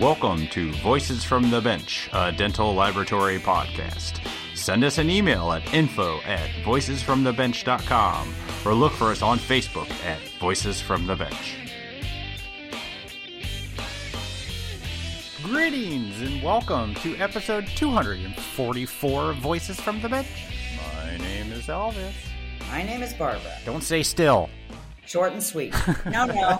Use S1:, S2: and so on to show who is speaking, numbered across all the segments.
S1: Welcome to Voices from the Bench, a dental laboratory podcast. Send us an email at info at voicesfromthebench.com or look for us on Facebook at Voices from the Bench. Greetings and welcome to episode 244 of Voices from the Bench. My name is Elvis.
S2: My name is Barbara.
S1: Don't say still.
S2: Short and sweet. No, no.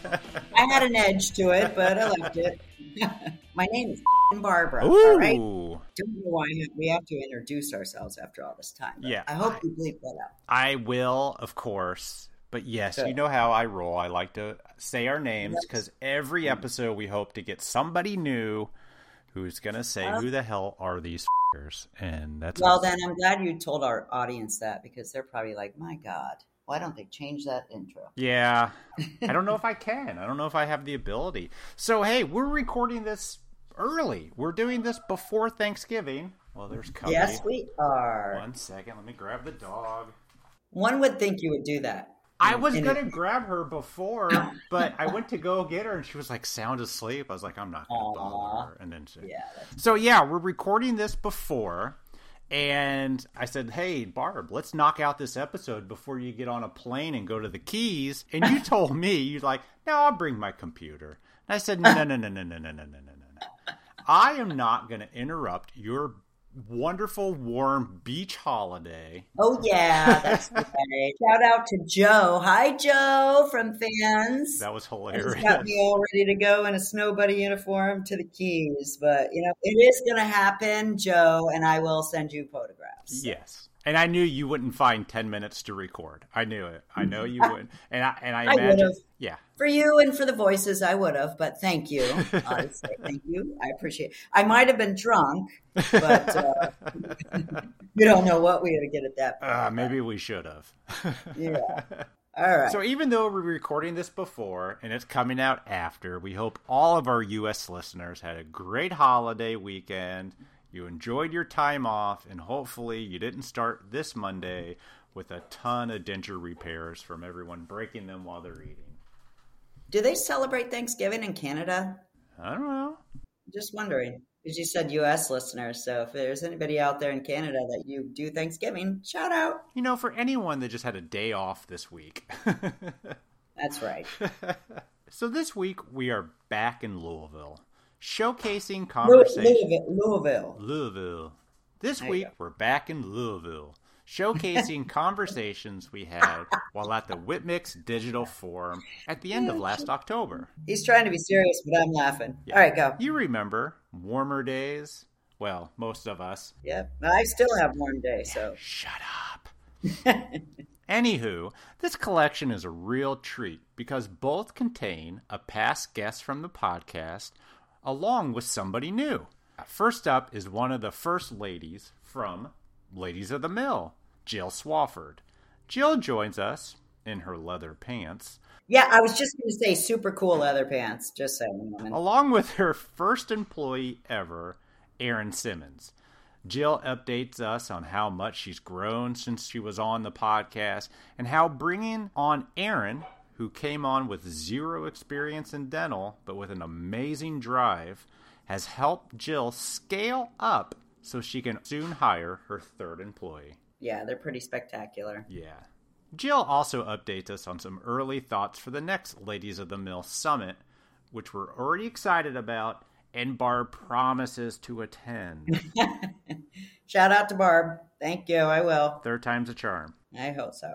S2: I had an edge to it, but I left it. My name is Barbara. All right.
S1: Ooh.
S2: Don't know why we have to introduce ourselves after all this time. but
S1: Yeah.
S2: I hope you bleep that out.
S1: I will, of course. But yes, you know how I roll. I like to say our names because every episode we hope to get somebody new who's going to say, who the hell are these f***ers? And that's
S2: Well, then I'm glad you told our audience that because they're probably like, my God, why don't they change that intro?
S1: Yeah. I don't know if I can. I don't know if I have the ability. So, hey, we're recording this early. We're doing this before Thanksgiving. Well, there's company.
S2: Yes, we are.
S1: One second. Let me grab the dog.
S2: One would think you would do that.
S1: I was
S2: And
S1: gonna grab her before, but I went to go get her, and she was like sound asleep. I was like, I'm not gonna bother her. And then she,
S2: Yeah.
S1: so yeah, we're recording this before, and I said, Hey Barb, let's knock out this episode before you get on a plane and go to the Keys. And you told me you're like, No, I'll bring my computer. And I said, No, no, no, no, no, no, no, no, no, no, no. I am not gonna interrupt your wonderful warm beach holiday.
S2: Oh, yeah. That's right. Shout out to Joe. Hi, Joe from fans.
S1: That was
S2: I
S1: hilarious.
S2: just got me all ready to go in a snow buddy uniform to the keys, but you know it is going to happen, Joe, and I will send you photographs.
S1: Yes. And I knew you wouldn't find 10 minutes to record. I knew it. I know you wouldn't. And I, and I
S2: I
S1: imagine.
S2: would've.
S1: yeah.
S2: For you and for the voices, I would have, but thank you. Honestly, thank you. I appreciate. I might have been drunk, but uh, you don't know what we would get at that.
S1: Uh, maybe we should have.
S2: Yeah. All right.
S1: So even though we're recording this before and it's coming out after, we hope all of our U.S. listeners had a great holiday weekend. You enjoyed your time off, and hopefully you didn't start this Monday with a ton of denture repairs from everyone breaking them while they're eating.
S2: Do they celebrate Thanksgiving in Canada?
S1: I don't know.
S2: Just wondering. Because you said U.S. listeners, so if there's anybody out there in Canada that you do Thanksgiving, shout out.
S1: You know, for anyone that just had a day off this week.
S2: That's right.
S1: So this week we are back in Louisville, showcasing
S2: Lou-
S1: conversation. Mm-hmm.
S2: Louisville. Louisville.
S1: Louisville. This
S2: There you
S1: week we're back in Louisville, showcasing conversations we had while at the Whitmix Digital Forum at the end of last October.
S2: He's trying to be serious, but I'm laughing. All right, go.
S1: You remember warmer days? Well, most of us.
S2: Yep. I still have warm day, so
S1: Shut up. Anywho, this collection is a real treat because both contain a past guest from the podcast along with somebody new. First up is one of the first ladies from Ladies of the Mill, Jill Swafford. Jill joins us in her leather pants,
S2: yeah. I was just going to say, super cool leather pants. Just saying, woman.
S1: along with her first employee ever, Aaron Simmons. Jill updates us on how much she's grown since she was on the podcast and how bringing on Aaron, who came on with zero experience in dental but with an amazing drive, has helped Jill scale up so she can soon hire her third employee.
S2: Yeah, they're pretty spectacular.
S1: Yeah. Jill also updates us on some early thoughts for the next Ladies of the Mill Summit, which we're already excited about, and Barb promises to attend.
S2: Shout out to Barb. Thank you. I will.
S1: Third time's a charm.
S2: I hope so.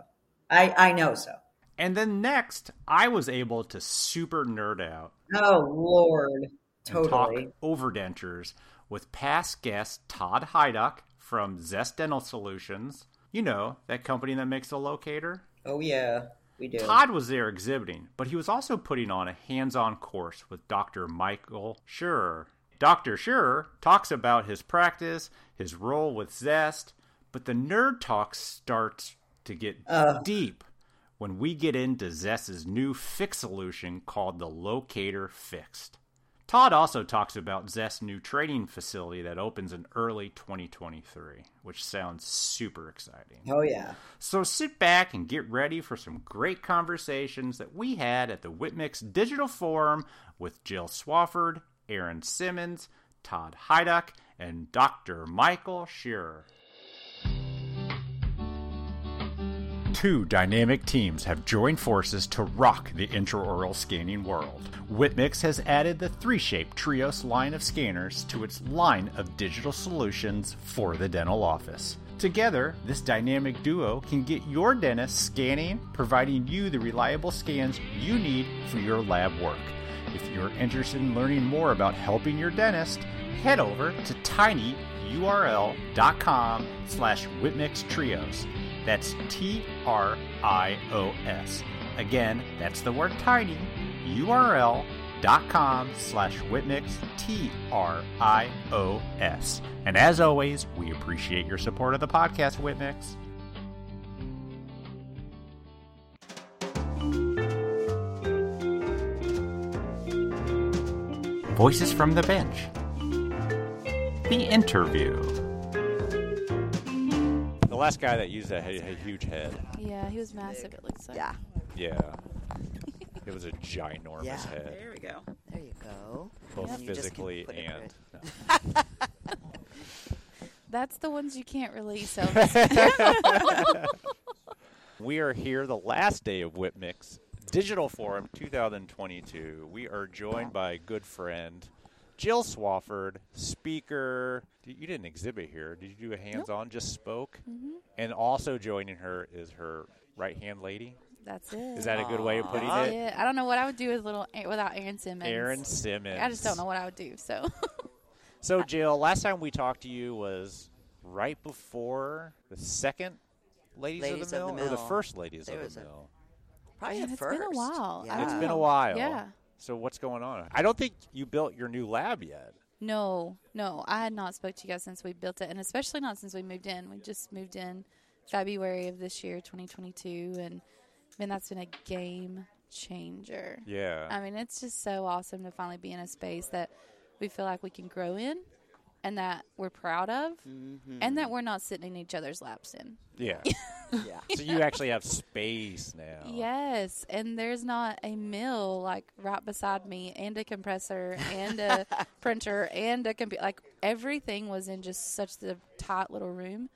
S2: I I know so.
S1: And then next, I was able to super nerd out
S2: Oh Lord,
S1: and
S2: totally.
S1: talk overdentures with past guest Todd Hyduck from Zest Dental Solutions. You know, that company that makes the locator.
S2: Oh yeah, we do.
S1: Todd was there exhibiting, but he was also putting on a hands on course with Dr. Michael Schurer. Dr. Schurer talks about his practice, his role with Zest, but the nerd talk starts to get deep when we get into Zest's new fix solution called the Locator Fixed. Todd also talks about Zest's new training facility that opens in early 2023, which sounds super exciting.
S2: Oh yeah.
S1: So sit back and get ready for some great conversations that we had at the Whitmix Digital Forum with Jill Swafford, Aaron Simmons, Todd Hyduck, and Dr. Michael Shearer. Two dynamic teams have joined forces to rock the intraoral scanning world. Whitmix has added the three shape Trios line of scanners to its line of digital solutions for the dental office. Together, this dynamic duo can get your dentist scanning, providing you the reliable scans you need for your lab work. If you're interested in learning more about helping your dentist, head over to tinyurl.com slash Whitmix Trios. That's T-R-I-O-S. Again, that's the word tiny, url.com slash Whitmix, T-R-I-O-S. And as always, we appreciate your support of the podcast, Whitmix. Voices from the Bench. The interview. The last guy that used that had a huge head.
S3: Yeah, he was massive. It looks like.
S4: Yeah.
S1: Yeah. It was a ginormous
S4: Yeah.
S1: head,
S2: There we go.
S4: There you go.
S1: both
S4: You just can
S1: physically
S4: put it
S1: and.
S3: That's the ones you can't release. Elvis.
S1: We are here the last day of Whitmix Digital Forum 2022. We are joined by a good friend, Jill Swafford, speaker. D- You didn't exhibit here. Did you do a hands on, just spoke?
S4: Mm-hmm.
S1: And also joining her is her right hand lady.
S3: That's it.
S1: Is that a good way of putting it?
S3: Yeah, I don't know what I would do with little A- without Aaron Simmons.
S1: Aaron Simmons.
S3: I just don't know what I would do. So
S1: So, Jill, last time we talked to you was right before the second Ladies,
S4: Ladies
S1: of, the
S4: of the
S1: Mill, or the
S4: Mill.
S1: first Ladies
S4: There
S1: of
S4: was
S1: the
S4: a-
S1: Mill.
S4: Probably
S3: Man,
S4: the
S3: it's
S4: first.
S3: been a while.
S4: Yeah.
S1: It's been a
S3: Oh,
S1: while.
S3: yeah.
S1: So what's going on? I don't think you built your new lab yet.
S3: no, no, I had not spoke to you guys since we built it, and especially not since we moved in. We just moved in February of this year, 2022, and man, that's been a game changer.
S1: Yeah.
S3: I mean, it's just so awesome to finally be in a space that we feel like we can grow in and that we're proud of and that we're not sitting in each other's laps in.
S1: yeah.
S4: Uh, Yeah.
S1: so you actually have space now.
S3: Yes, and there's not a mill like right beside me and a compressor and a printer and a computer. Like everything was in just such the tight little room.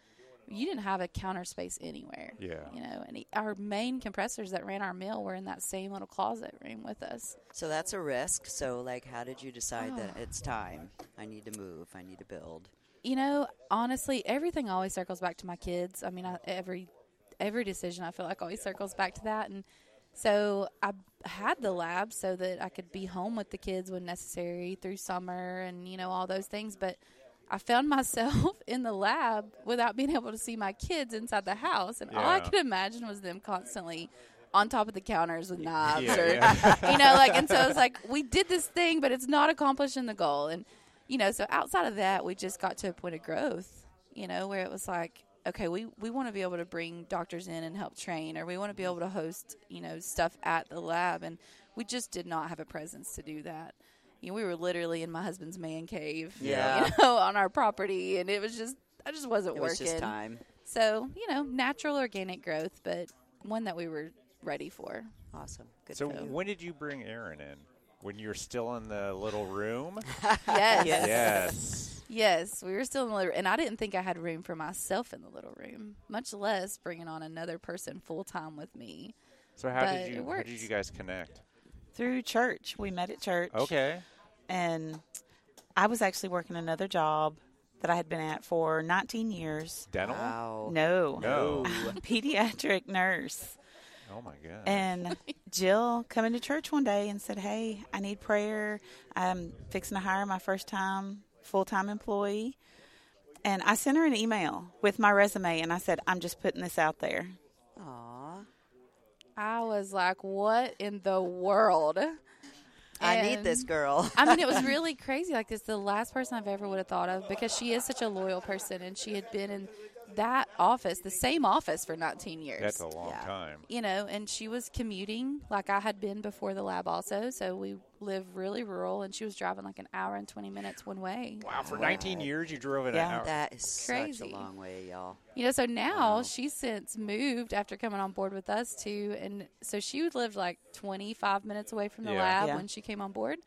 S3: You didn't have a counter space anywhere.
S1: Yeah.
S3: You know, and e, our main compressors that ran our mill were in that same little closet room with us.
S4: So that's a risk. So, like, how did you decide that
S5: Ah.
S4: it's time? I need to move. I need to build.
S3: You know, honestly, everything always circles back to my kids. I mean, I, every every decision I feel like always circles back to that. And so I had the lab so that I could be home with the kids when necessary through summer and you know all those things. But I found myself in the lab without being able to see my kids inside the house, and all I
S1: Yeah.
S3: could imagine was them constantly on top of the counters with knives
S1: Yeah,
S3: or you know, like, and so it's like we did this thing, but it's not accomplishing the goal. And, you know, so outside of that, we just got to a point of growth, you know, where it was like, okay, we, we want to be able to bring doctors in and help train, or we want to be able to host, you know, stuff at the lab. And we just did not have a presence to do that. You know, we were literally in my husband's man cave,
S4: Yeah.
S3: you know, on our property. And it was just, I just wasn't
S4: It
S3: working.
S4: was just time.
S3: So, you know, natural organic growth, but one that we were ready for.
S4: Awesome. Good
S1: So
S4: for you.
S1: when did you bring Aaron in? When you're still in the little room?
S3: Yes.
S4: Yes.
S1: yes.
S3: Yes, we were still in the little room, and I didn't think I had room for myself in the little room, much less bringing on another person full time with me.
S1: So how
S3: But
S1: did
S3: it
S1: you how did
S3: works.
S1: you guys connect?
S5: through church. We met at church.
S1: Okay.
S5: And I was actually working another job that I had been at for 19 years.
S1: Dental?
S4: Wow.
S5: No.
S1: No.
S5: Pediatric nurse.
S1: Oh my god.
S5: And Jill come into church one day and said, Hey, I need prayer. I'm fixing to hire my first time full time employee. And I sent her an email with my resume and I said, I'm just putting this out there.
S4: Aw.
S3: I was like, "What in the world?"
S4: I need this
S3: And-
S4: girl.
S3: I mean, it was really crazy. Like, it's the last person I've ever would have thought of because she is such a loyal person, and she had been in that office, the same office, for 19 years.
S1: That's a long
S4: Yeah.
S1: time.
S3: you know, and she was commuting like I had been before the lab also. So we live really rural and she was driving like an hour and 20 minutes one way.
S1: Wow, for 19 years you drove in
S5: Yeah.
S1: an hour.
S4: That is such
S3: Crazy.
S4: a long way, y'all.
S3: You know, so now she's since moved after coming on board with us too. And so she lived like 25 minutes away from the
S1: Yeah.
S3: lab
S5: Yeah.
S3: when she came on board.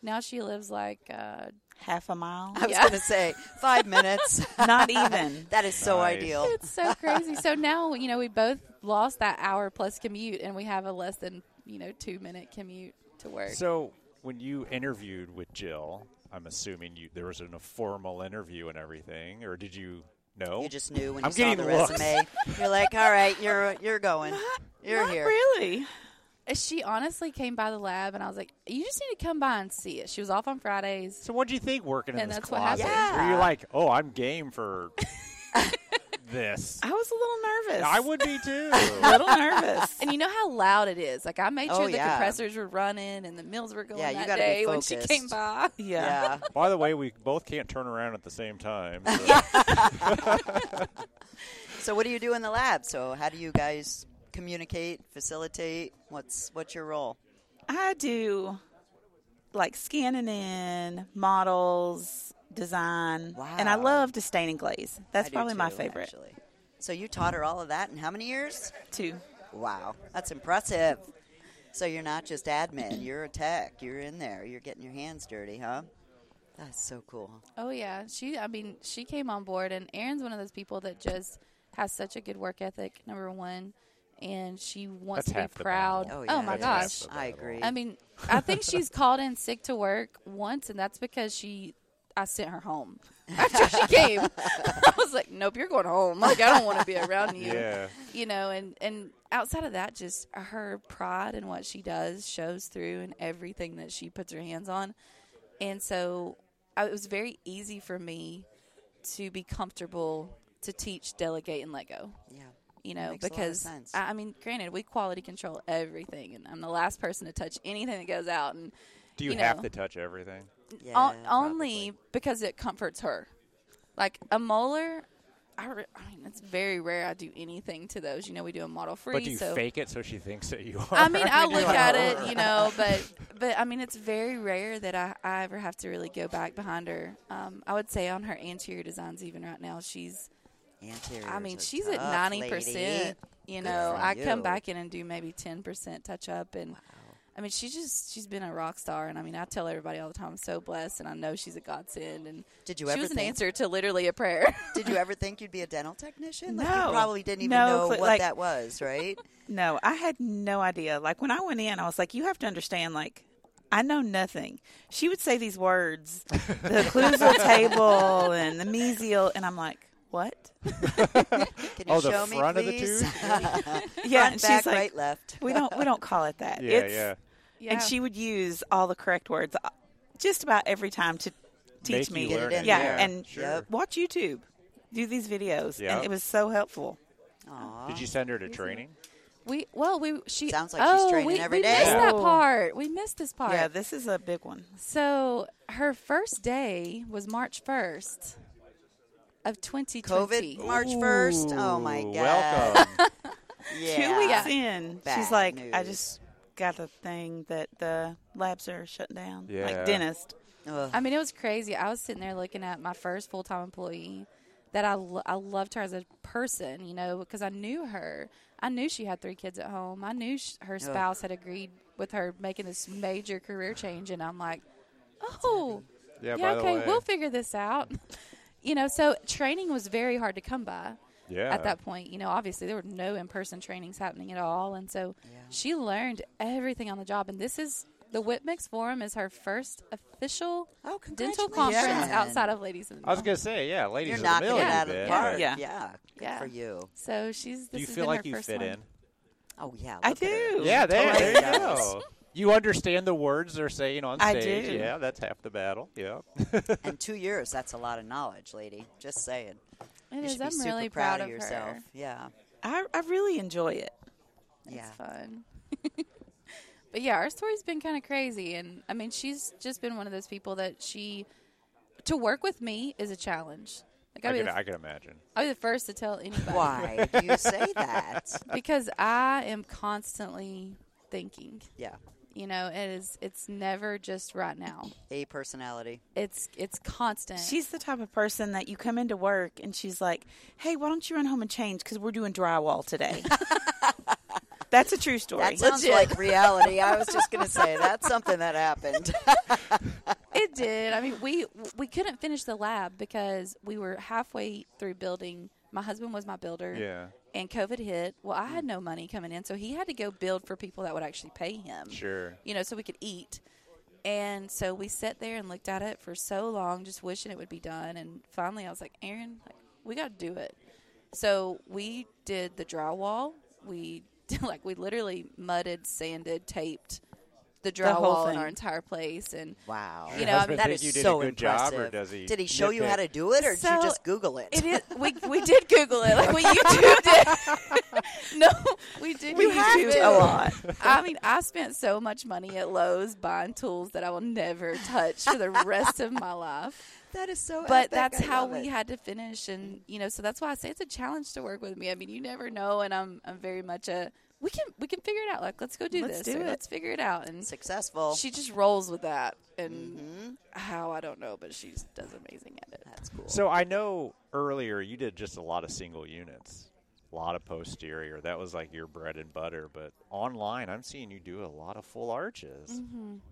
S3: Now she lives like uh,
S5: half a mile.
S4: I was
S3: Yeah.
S4: going to say five minutes.
S5: Not even.
S4: that is so
S1: Nice.
S4: ideal.
S3: it's so crazy. so now you know we both lost that hour plus commute, and we have a less than you know two minute commute to work.
S6: So when you interviewed with Jill, I'm assuming you there was an, a formal interview and everything, or did you know?
S4: You just knew when
S6: I'm
S4: you saw
S6: getting
S4: the
S6: looks.
S4: resume. You're like, all right, you're you're going, you're
S5: Not
S4: here.
S5: really.
S3: she honestly came by the lab, and I was like, "You just need to come by and see it." She was off on Fridays.
S6: so what would you think working in
S3: And
S6: this
S3: that's what
S6: closet?
S3: happened.
S6: Were you
S4: Yeah.
S6: like, oh, I'm game for this?
S5: I was a little nervous.
S6: I would be too.
S5: a little nervous.
S3: And you know how loud it is. Like I made
S4: Oh,
S3: sure the
S4: yeah.
S3: compressors were running and the mills were going
S4: Yeah, you
S3: that
S4: gotta be
S3: day when she
S4: focused.
S3: came by.
S4: Yeah.
S5: yeah.
S6: By the way, we both can't turn around at the same time. so-
S4: So what do you do in the lab? So how do you guys communicate, facilitate? What's what's your role?
S5: I do like scanning in models, design, and I
S4: Wow.
S5: love to stain and glaze. That's
S4: I do
S5: probably my
S4: too,
S5: favorite.
S4: Actually. So you taught her all of that in how many years?
S5: Too.
S4: Wow, that's impressive. So you're not just admin; you're a tech. You're in there. You're getting your hands dirty, huh? That's so cool.
S3: Oh yeah, she. I mean, she came on board, and Erin's one of those people that just has such a good work ethic. Number one, and she wants
S6: That's
S3: to
S6: half
S3: be
S6: the
S3: proud.
S6: battle.
S4: Oh, yeah.
S3: my
S6: That's half
S3: gosh, Um,
S6: the
S4: I
S6: battle.
S4: agree.
S3: I mean, I think she's called in sick to work once, and that's because she. I sent her home after she came. I was like, "Nope, you're going home. Like, I don't want to be around you."
S6: Yeah.
S3: You know, and and outside of that, just her pride in what she does shows through in everything that she puts her hands on, and so I, it was very easy for me to be comfortable to teach, delegate, and let go
S4: yeah,
S3: you know,
S4: Makes a lot of
S3: because
S4: sense.
S3: I, I mean, granted, we quality control everything, and I'm the last person to touch anything that goes out, and
S6: Do you,
S3: you
S6: have
S3: know.
S6: to touch everything?
S4: yeah.
S3: on-
S4: probably.
S3: only because it comforts her. Like a molar, I, re- I mean, it's very rare I do anything to those. You know, we do a model free,
S6: But do you
S3: so
S6: fake it so she thinks that you are?
S3: I mean, I
S6: do
S3: look
S6: like-
S3: at it, you know, but but I mean, it's very rare that I, I ever have to really go back behind her. Um, I would say on her anterior designs, even right now, she's
S4: Anteriors
S3: I mean,
S4: are
S3: she's
S4: tough,
S3: at ninety
S4: lady.
S3: percent. You
S4: Good
S3: know,
S4: for
S3: I come
S4: you.
S3: back in and do maybe ten percent touch up, and I mean, she just she's been a rock star, and I mean, I tell everybody all the time, I'm so blessed, and I know she's a godsend, and
S4: Did you
S3: she
S4: ever
S3: was an
S4: think-
S3: answer to literally a prayer.
S4: Did you ever think you'd be a dental technician? Like,
S5: No.
S4: you probably didn't even
S5: No,
S4: know what
S5: cl- like-
S4: that was, right?
S5: No, I had no idea. Like when I went in, I was like, you have to understand, like, I know nothing. She would say these words, the occlusal table and the mesial, and I'm like, what?
S4: Can you
S6: Oh, the
S4: show me,
S6: front of the
S4: please?
S6: tooth?
S5: Yeah,
S4: Front,
S5: and she's
S4: back,
S5: like,
S4: right, left.
S5: we don't we don't call it that.
S6: Yeah,
S5: It's-
S6: yeah.
S3: yeah.
S5: And she would use all the correct words uh, just about every time to
S6: Make
S5: teach me.
S6: you
S4: Get it
S6: learn
S4: in
S5: yeah,
S4: there.
S5: and
S6: Sure.
S4: Yep.
S5: watch YouTube, do these videos,
S6: Yeah.
S5: and it was so helpful.
S4: Aw.
S6: Did you send her to training?
S3: we well we she
S4: Sounds like she's
S3: oh,
S4: training
S3: we,
S4: every
S3: we
S4: day.
S3: missed that
S5: Yeah.
S3: part. We missed this part.
S5: Yeah, this is a big one.
S3: so her first day was March first of twenty twenty.
S4: COVID March first. Oh my
S6: Ooh,
S4: god.
S6: Welcome.
S4: Yeah.
S5: Two weeks
S3: Yeah.
S5: in, she's
S4: Bad
S5: like, I
S4: news.
S5: just got the thing that the labs are shutting down,
S6: Yeah.
S5: like dentist.
S4: Ugh.
S3: I mean, it was crazy. I was sitting there looking at my first full time employee that I, lo- I loved her as a person, you know, because I knew her. I knew she had three kids at home. I knew sh- her spouse had agreed with her making this major career change. And I'm like, oh,
S6: Yeah,
S3: yeah,
S6: by the
S3: okay,
S6: way.
S3: we'll figure this out. you know, so training was very hard to come by
S6: yeah.
S3: at that point. You know, obviously there were no in person trainings happening at all, and so
S4: Yeah.
S3: she learned everything on the job. And this is the Whitmix Forum is her first official
S4: Oh,
S3: dental
S4: congratulations.
S3: conference outside of Ladies in the
S6: I was
S3: Mill.
S6: gonna say, yeah, ladies
S4: You're
S6: of
S4: knocking
S6: the
S4: it
S6: mill,
S4: out
S6: you've
S4: of the
S6: been.
S4: park.
S5: Yeah.
S4: Yeah. Good
S3: Yeah.
S4: for you.
S3: So she's. This
S6: Do you
S3: has
S6: feel
S3: been
S6: like
S3: her
S6: you
S3: first
S6: fit
S3: one.
S6: in?
S4: Oh yeah.
S5: I
S4: look at her.
S5: do.
S6: Yeah, there,
S4: Totally
S6: there you
S4: does.
S6: go. You understand the words they're saying on
S5: I
S6: stage.
S5: do.
S6: Yeah, that's half the battle. Yeah.
S4: In two years, that's a lot of knowledge, lady. Just saying.
S3: It
S4: you
S3: is.
S4: should be
S3: I'm
S4: super
S3: really
S4: proud, of
S3: her.
S4: yourself. Yeah.
S5: I, I really enjoy it.
S4: Yeah.
S3: It's fun. but yeah, our story's been kind of crazy, and I mean, she's just been one of those people that she to work with me is a challenge. Like
S6: I
S3: I'll be,
S6: can,
S3: the,
S6: I can imagine.
S3: I'll be the first to tell anybody.
S4: Why do you say that?
S3: because I am constantly thinking.
S4: Yeah.
S3: You know, it is. It's never just right now.
S4: A personality.
S3: It's it's constant.
S5: She's the type of person that you come into work and she's like, "Hey, why don't you run home and change? Because we're doing drywall today." That's a true story.
S4: That sounds
S3: Legit.
S4: like reality. I was just going to say that's something that happened.
S3: It did. I mean, we we couldn't finish the lab because we were halfway through building. My husband was my builder.
S6: Yeah. Mm.
S3: And COVID hit. Well, I had no money coming in, so he had to go build for people that would actually pay him.
S6: Sure.
S3: You know, so we could eat. And so we sat there and looked at it for so long, just wishing it would be done. And finally, I was like, Aaron, like, we got to do it. So we did the drywall. We like we literally mudded, sanded, taped the
S5: The
S3: drywall
S5: whole
S3: in
S5: thing.
S3: our entire place, and
S4: Wow.
S3: You know, I mean-
S4: that
S6: Think
S4: is
S6: you did a
S4: so
S6: good job,
S4: impressive.
S6: or does he
S4: did he show you how to
S6: nitpick?
S4: do it, or did you
S3: So,
S4: just Google it?
S3: It is. We we did Google it, like what YouTube did. no, we did.
S5: We
S3: YouTube
S5: have
S3: it.
S5: to a
S4: Oh,
S5: lot.
S3: I mean, I spent so much money at Lowe's buying tools that I will never touch for the rest of my life.
S4: That is so.
S3: But
S4: epic.
S3: that's
S4: I
S3: how
S4: love
S3: we
S4: it.
S3: had to finish, and you know, so that's why I say it's a challenge to work with me. I mean, you never know, and I'm I'm very much a we can we can figure it out. Like, let's go do
S5: Let's
S3: this.
S5: do
S3: or
S5: it.
S3: Let's figure it out. And
S4: successful.
S3: she just rolls with that, and how I don't know, but she does amazing at it.
S4: Mm-hmm. that's cool.
S6: So I know earlier you did just a lot of single units, a lot of posterior. That was like your bread and butter. But online, I'm seeing you do a lot of full arches. I mean,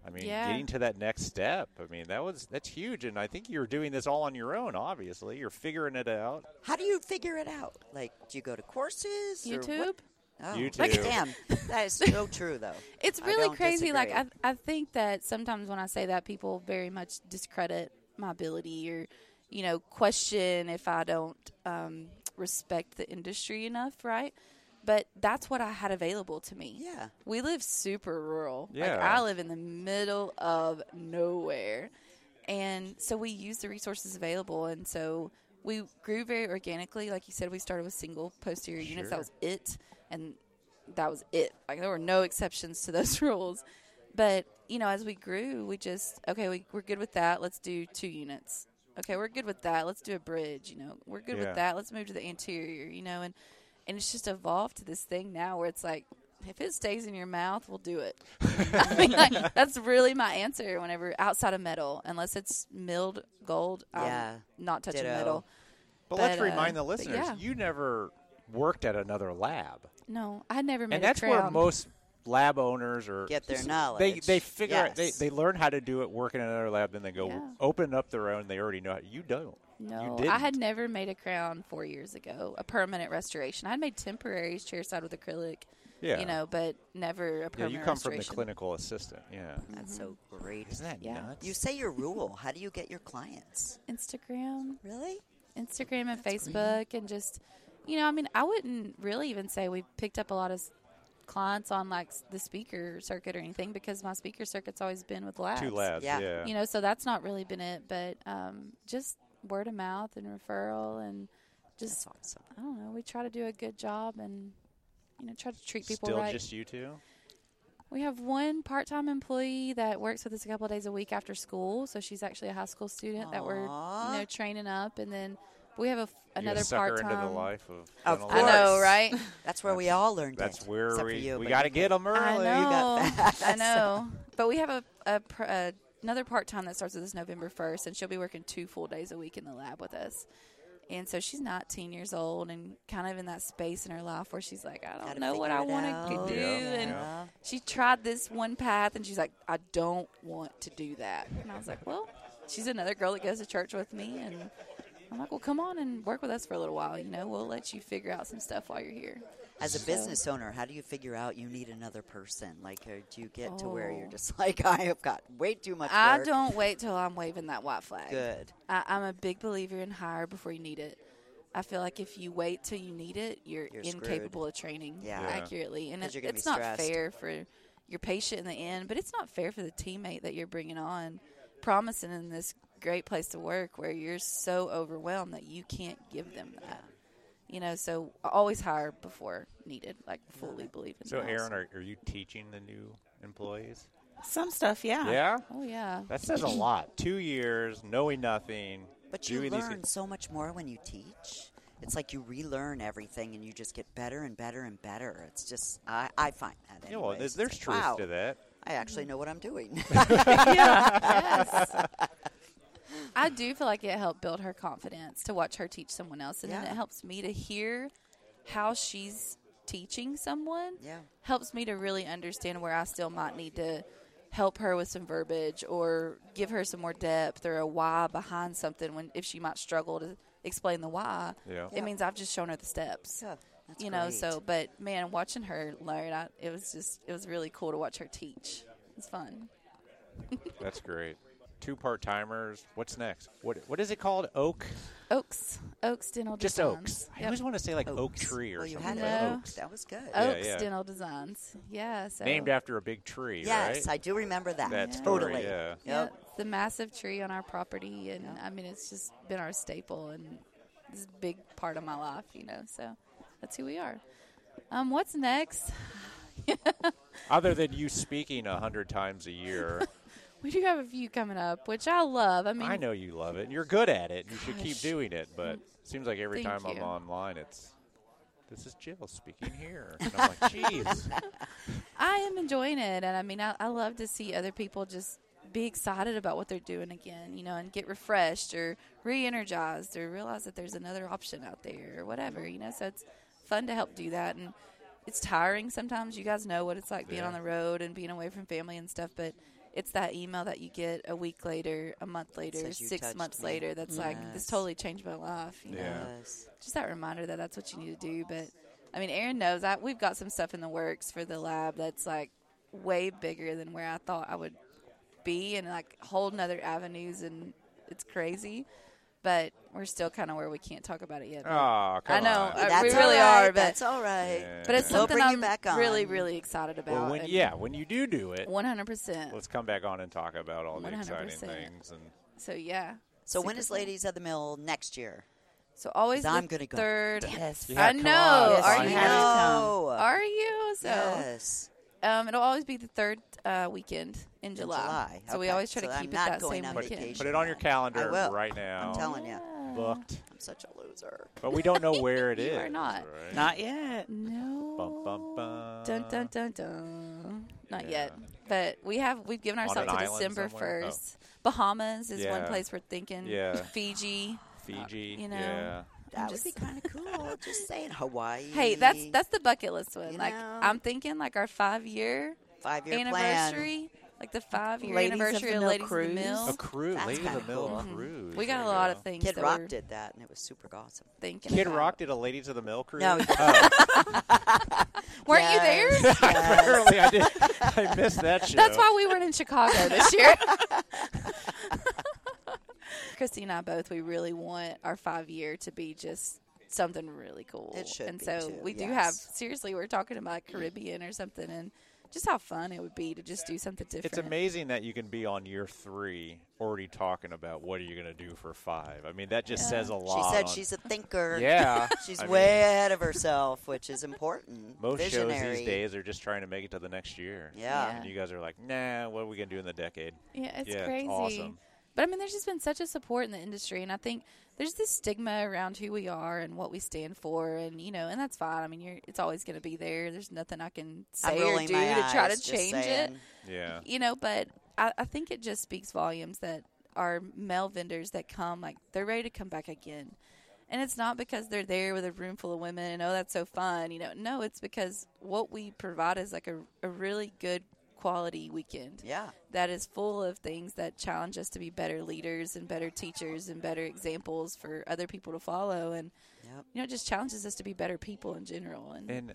S3: Mm-hmm. Yeah.
S6: getting to that next step. I mean, that was that's huge. And I think you were doing this all on your own. Obviously, you're figuring it out.
S4: How do you figure it out? Like, do you go to courses? or what-
S3: YouTube.
S4: Oh,
S6: YouTube.
S4: Damn, that is so true, though.
S3: It's
S4: I
S3: really
S4: don't
S3: crazy. Like I,
S4: disagree.
S3: I think that sometimes when I say that, people very much discredit my ability or, you know, question if I don't um, respect the industry enough, right? But that's what I had available to me.
S4: Yeah.
S3: we live super rural. like,
S6: Yeah.
S3: I live in the middle of nowhere, and so we use the resources available, and so we grew very organically. Like you said, we started with single posterior units. That was it, and that was it. Like there were no exceptions to those rules. But you know, as we grew, we just okay. We, we're good with that. Let's do two units. Okay, we're good with that. Let's do a bridge. You know, we're good
S6: Yeah.
S3: with that. Let's move to the anterior. You know, and and it's just evolved to this thing now where it's like, if it stays in your mouth, we'll do it. I mean, like, that's really my answer. Whenever outside of metal, unless it's milled gold,
S4: Yeah.
S3: I'm not touching
S4: Ditto.
S3: metal.
S6: But,
S3: But,
S6: let's
S3: uh,
S6: remind the
S3: but
S6: listeners,
S3: yeah.
S6: you never worked at another lab,
S3: No, I never made
S6: and
S3: a
S6: that's where
S3: crown.
S6: most lab owners are
S4: Get their
S6: They
S4: knowledge.
S6: they figure out they,
S4: Yes.
S6: they learn how to do it, work in another lab, then they go
S3: Yeah.
S6: open up their own. They already know how. You don't.
S3: No,
S6: you didn't.
S3: I had never made a crown four years ago, a permanent restoration. I'd made temporaries chairside with acrylic,
S6: Yeah.
S3: you know, but never a
S6: Yeah,
S3: permanent
S6: you come from the
S3: restoration.
S6: clinical assistant. Yeah.
S4: That's so great.
S6: Mm-hmm. Isn't that
S3: Yeah.
S6: nuts?
S4: You say your rule. How do you get your clients?
S3: Instagram,
S4: Really?
S3: Instagram and Facebook, and just, you know, I mean, I wouldn't really even say we picked up a lot of s- clients on like s- the speaker circuit or anything because my speaker circuit's always been with labs.
S6: Two labs. Yeah.
S4: Yeah.
S3: You know, so that's not really been it, but um, just word of mouth and referral and just
S4: That's awesome.
S3: I don't know. We try to do a good job and you know try to treat people
S6: Still
S3: right.
S6: just you two?
S3: we have one part-time employee that works with us a couple of days a week after school, so she's actually a high school student that we're
S4: Aw.
S3: you know training up, and then we have a, f- another
S6: you sucker
S3: part-time.
S6: into the life of. dental
S4: Of
S3: I
S6: lab.
S4: course.
S3: know, right?
S4: That's where we all learned it.
S6: That's where
S4: Except for
S6: we
S4: you,
S6: we
S4: but
S6: got to
S4: Oh, you-
S6: get them early.
S3: I know.
S4: fast.
S3: I know. But we have a, a, pr- a another part time that starts with us November first, and she'll be working two full days a week in the lab with us. And so she's 19 years old and kind of in that space in her life where she's like, I don't
S4: Gotta
S3: know what
S4: figure
S3: I
S4: it
S3: want
S4: out.
S3: to do.
S6: Yeah,
S3: and
S4: yeah.
S3: she tried this one path and she's like, I don't want to do that. And I was like, well, she's another girl that goes to church with me. And I'm like, well, come on and work with us for a little while. You know, we'll let you figure out some stuff while you're here.
S4: As a business owner, how do you figure out you need another person? Like, uh, do you get to where you're
S3: Oh.
S4: just like, I have got way too much
S3: I
S4: work.
S3: don't wait till I'm waving that white flag.
S4: Good.
S3: I, I'm a big believer in hire before you need it. I feel like if you wait till you need it, you're,
S4: You're screwed.
S3: incapable of training
S4: Yeah. Yeah.
S3: accurately, and
S4: 'Cause
S3: it,
S4: you're gonna
S3: it's
S4: be
S3: not
S4: stressed.
S3: fair for your patient in the end. But it's not fair for the teammate that you're bringing on, promising in this great place to work where you're so overwhelmed that you can't give them that. You know, so I always hire before needed. Like fully believe in
S6: So,
S3: that.
S6: Aaron, are, are you teaching the new employees?
S5: Some stuff, yeah.
S6: Yeah.
S3: Oh yeah.
S6: That says a lot. Two years, knowing nothing.
S4: But you
S6: doing these
S4: learn
S6: things.
S4: so much more when you teach. It's like you relearn everything, and you just get better and better and better. It's just I, I find that.
S6: Yeah, well,
S4: anyways.
S6: there's,
S4: It's
S6: there's
S4: like,
S6: truth
S4: wow,
S6: to that.
S4: I actually know what I'm doing.
S3: yes. I do feel like it helped build her confidence to watch her teach someone else. And then
S4: Yeah.
S3: it helps me to hear how she's teaching someone
S4: Yeah.
S3: helps me to really understand where I still might need to help her with some verbiage or give her some more depth or a why behind something when if she might struggle to explain the why.
S6: Yeah.
S3: It means I've just shown her the steps.
S4: Yeah, that's
S3: you know,
S4: great.
S3: so but man, watching her learn, I, it was just it was really cool to watch her teach. It's fun.
S6: That's great. Two part timers. What's next? What what is it called? Oak?
S3: Oaks, Oaks Dental
S6: Just
S3: Designs.
S6: oaks. I always want to say like oak
S4: Oaks.
S6: tree or
S4: well, you
S6: something.
S4: had
S6: but
S3: it.
S4: an
S3: No.
S6: oaks.
S4: That was good.
S6: Yeah,
S3: Oaks
S6: yeah.
S3: Dental Designs. Yeah, so
S6: Named after a big tree,
S4: Yes,
S6: right?
S4: I do remember that.
S6: That story,
S4: totally.
S6: yeah.
S3: Yeah,
S4: Yep.
S3: it's the massive tree on our property, and I mean, it's just been our staple and it's a big part of my life, you know. So that's who we are. Um, what's next?
S6: Other than you speaking a hundred times a year,
S3: We do have a few coming up, which I love. I mean,
S6: I know you love it. and You're good at it. and You should keep
S3: Gosh. Mm.
S6: doing it. But it seems like every
S3: Thank
S6: time I'm
S3: you.
S6: online, it's this is Jill speaking here. And I'm like, jeez.
S3: I am enjoying it, and I mean, I, I love to see other people just be excited about what they're doing again, you know, and get refreshed or re-energized or realize that there's another option out there or whatever, you know. So it's fun to help do that, and it's tiring sometimes. You guys know what it's like being
S6: Yeah.
S3: on the road and being away from family and stuff, but it's that email that you get a week later, a month later,
S4: Says you
S3: six
S4: touched
S3: months
S4: me.
S3: later. That's like this
S4: Yes.
S3: totally changed my life. You know?
S6: Yeah.
S4: Yes.
S3: just that reminder that that's what you need to do. But I mean, Aaron knows I, we've got some stuff in the works for the lab that's like way bigger than where I thought I would be, and like whole nother avenues, and it's crazy. But we're still kind of where we can't talk about it yet.
S6: Oh, come
S3: I know.
S6: on.
S3: I-
S4: That's
S3: we
S4: all
S3: really
S4: right,
S3: are, but-
S4: that's all right.
S6: Yeah.
S3: but it's
S4: We'll
S3: something
S4: bring you
S3: I'm
S4: back on.
S3: really, really excited about.
S6: well, when, yeah, when you do do it,
S3: one hundred percent.
S6: let's come back on and talk about all the exciting
S3: 100%.
S6: things. And
S3: So yeah.
S4: So when is
S3: super fun.
S4: Ladies of the Mill next year?
S3: So always
S4: 'Cause I'm
S3: the
S4: gonna go.
S3: third.
S5: Yes.
S6: Yeah,
S3: I
S6: come
S3: know.
S6: on. Yes,
S3: Are
S6: you
S3: you?
S5: have to.
S3: Are you? So.
S4: Oh. yes.
S3: Um, it'll always be the third uh, weekend in July.
S4: July,
S3: So we
S4: okay.
S3: always try
S4: So
S3: to
S4: I'm
S3: keep it
S4: not
S3: that
S4: going
S3: same
S4: on
S6: put,
S3: weekend.
S4: vacation.
S6: put it on your calendar
S4: I will.
S6: right now.
S4: I'm telling you,
S6: Booked.
S4: I'm such a loser.
S6: But we don't know where it is.
S3: You are not.
S6: right?
S5: Not yet.
S3: No.
S6: Bum, bum, bum.
S3: Dun dun dun dun. Not
S6: Yeah.
S3: yet, but we have we've given
S6: On an
S3: ourselves to
S6: island
S3: December
S6: somewhere? Oh.
S3: first. Bahamas is one
S6: Yeah.
S3: place we're thinking.
S6: Yeah.
S3: Fiji.
S6: Fiji.
S3: you know.
S6: Yeah.
S4: That
S3: just-
S4: would be kind of cool. Just saying, Hawaii.
S3: Hey, that's that's the bucket list one.
S4: You
S3: like
S4: know.
S3: I'm thinking like our five year
S4: five-year Plan.
S3: anniversary, like the five year
S5: Ladies of
S3: anniversary
S5: the
S3: of
S5: Mill
S3: Ladies of the
S5: Cruise.
S3: Mill.
S6: A cruise.
S4: That's
S6: Lady of the
S4: kinda
S6: Mill
S4: cool.
S6: cruise.
S3: We got
S6: There
S3: a
S6: you
S3: lot
S6: go.
S3: of things.
S4: Kid
S3: that
S4: Rock
S3: we're
S4: did that, and it was super awesome.
S3: Thinking
S6: Kid
S3: about.
S6: Rock did a Ladies of the Mill cruise.
S4: No.
S6: Oh,
S3: Weren't you there?
S4: Yes, yes.
S6: apparently I did. I missed that show.
S3: That's why we weren't in Chicago this year. Christy and I both, we really want our five year to be just something really cool.
S4: It should
S3: and
S4: be,
S3: so
S4: too,
S3: we do have,
S4: yes.
S3: seriously, we're talking about Caribbean or something and just how fun it would be to just do something different.
S6: It's amazing that you can be on year three already talking about what are you going to do for five. I mean, that just says a lot.
S4: She said
S6: on-
S4: she's a thinker.
S6: Yeah.
S4: She's
S6: I mean,
S4: way ahead of herself, which is important.
S6: Most shows
S4: Visionary.
S6: these days are just trying to make it to the next year.
S4: Yeah.
S3: Yeah.
S6: And you guys are like, nah, what are we going to do in the decade?
S3: Yeah, it's
S6: Yeah, it's
S3: crazy.
S6: awesome.
S3: But I mean, there's just been such a support in the industry, and I think there's this stigma around who we are and what we stand for, and you know, and that's fine. I mean, you're it's always going to be there. There's nothing I can say or
S4: rolling
S3: do
S4: my
S3: to try
S4: eyes,
S3: to
S4: just
S3: change it.
S4: saying.
S6: Yeah.
S3: You know, but I, I think it just speaks volumes that our male vendors that come, like they're ready to come back again. And it's not because they're there with a room full of women and oh that's so fun, you know. No, it's because what we provide is like a, a really good quality weekend
S4: Yeah.
S3: that is full of things that challenge us to be better leaders and better teachers and better examples for other people to follow and
S4: Yep.
S3: you know it just challenges us to be better people in general and,
S6: And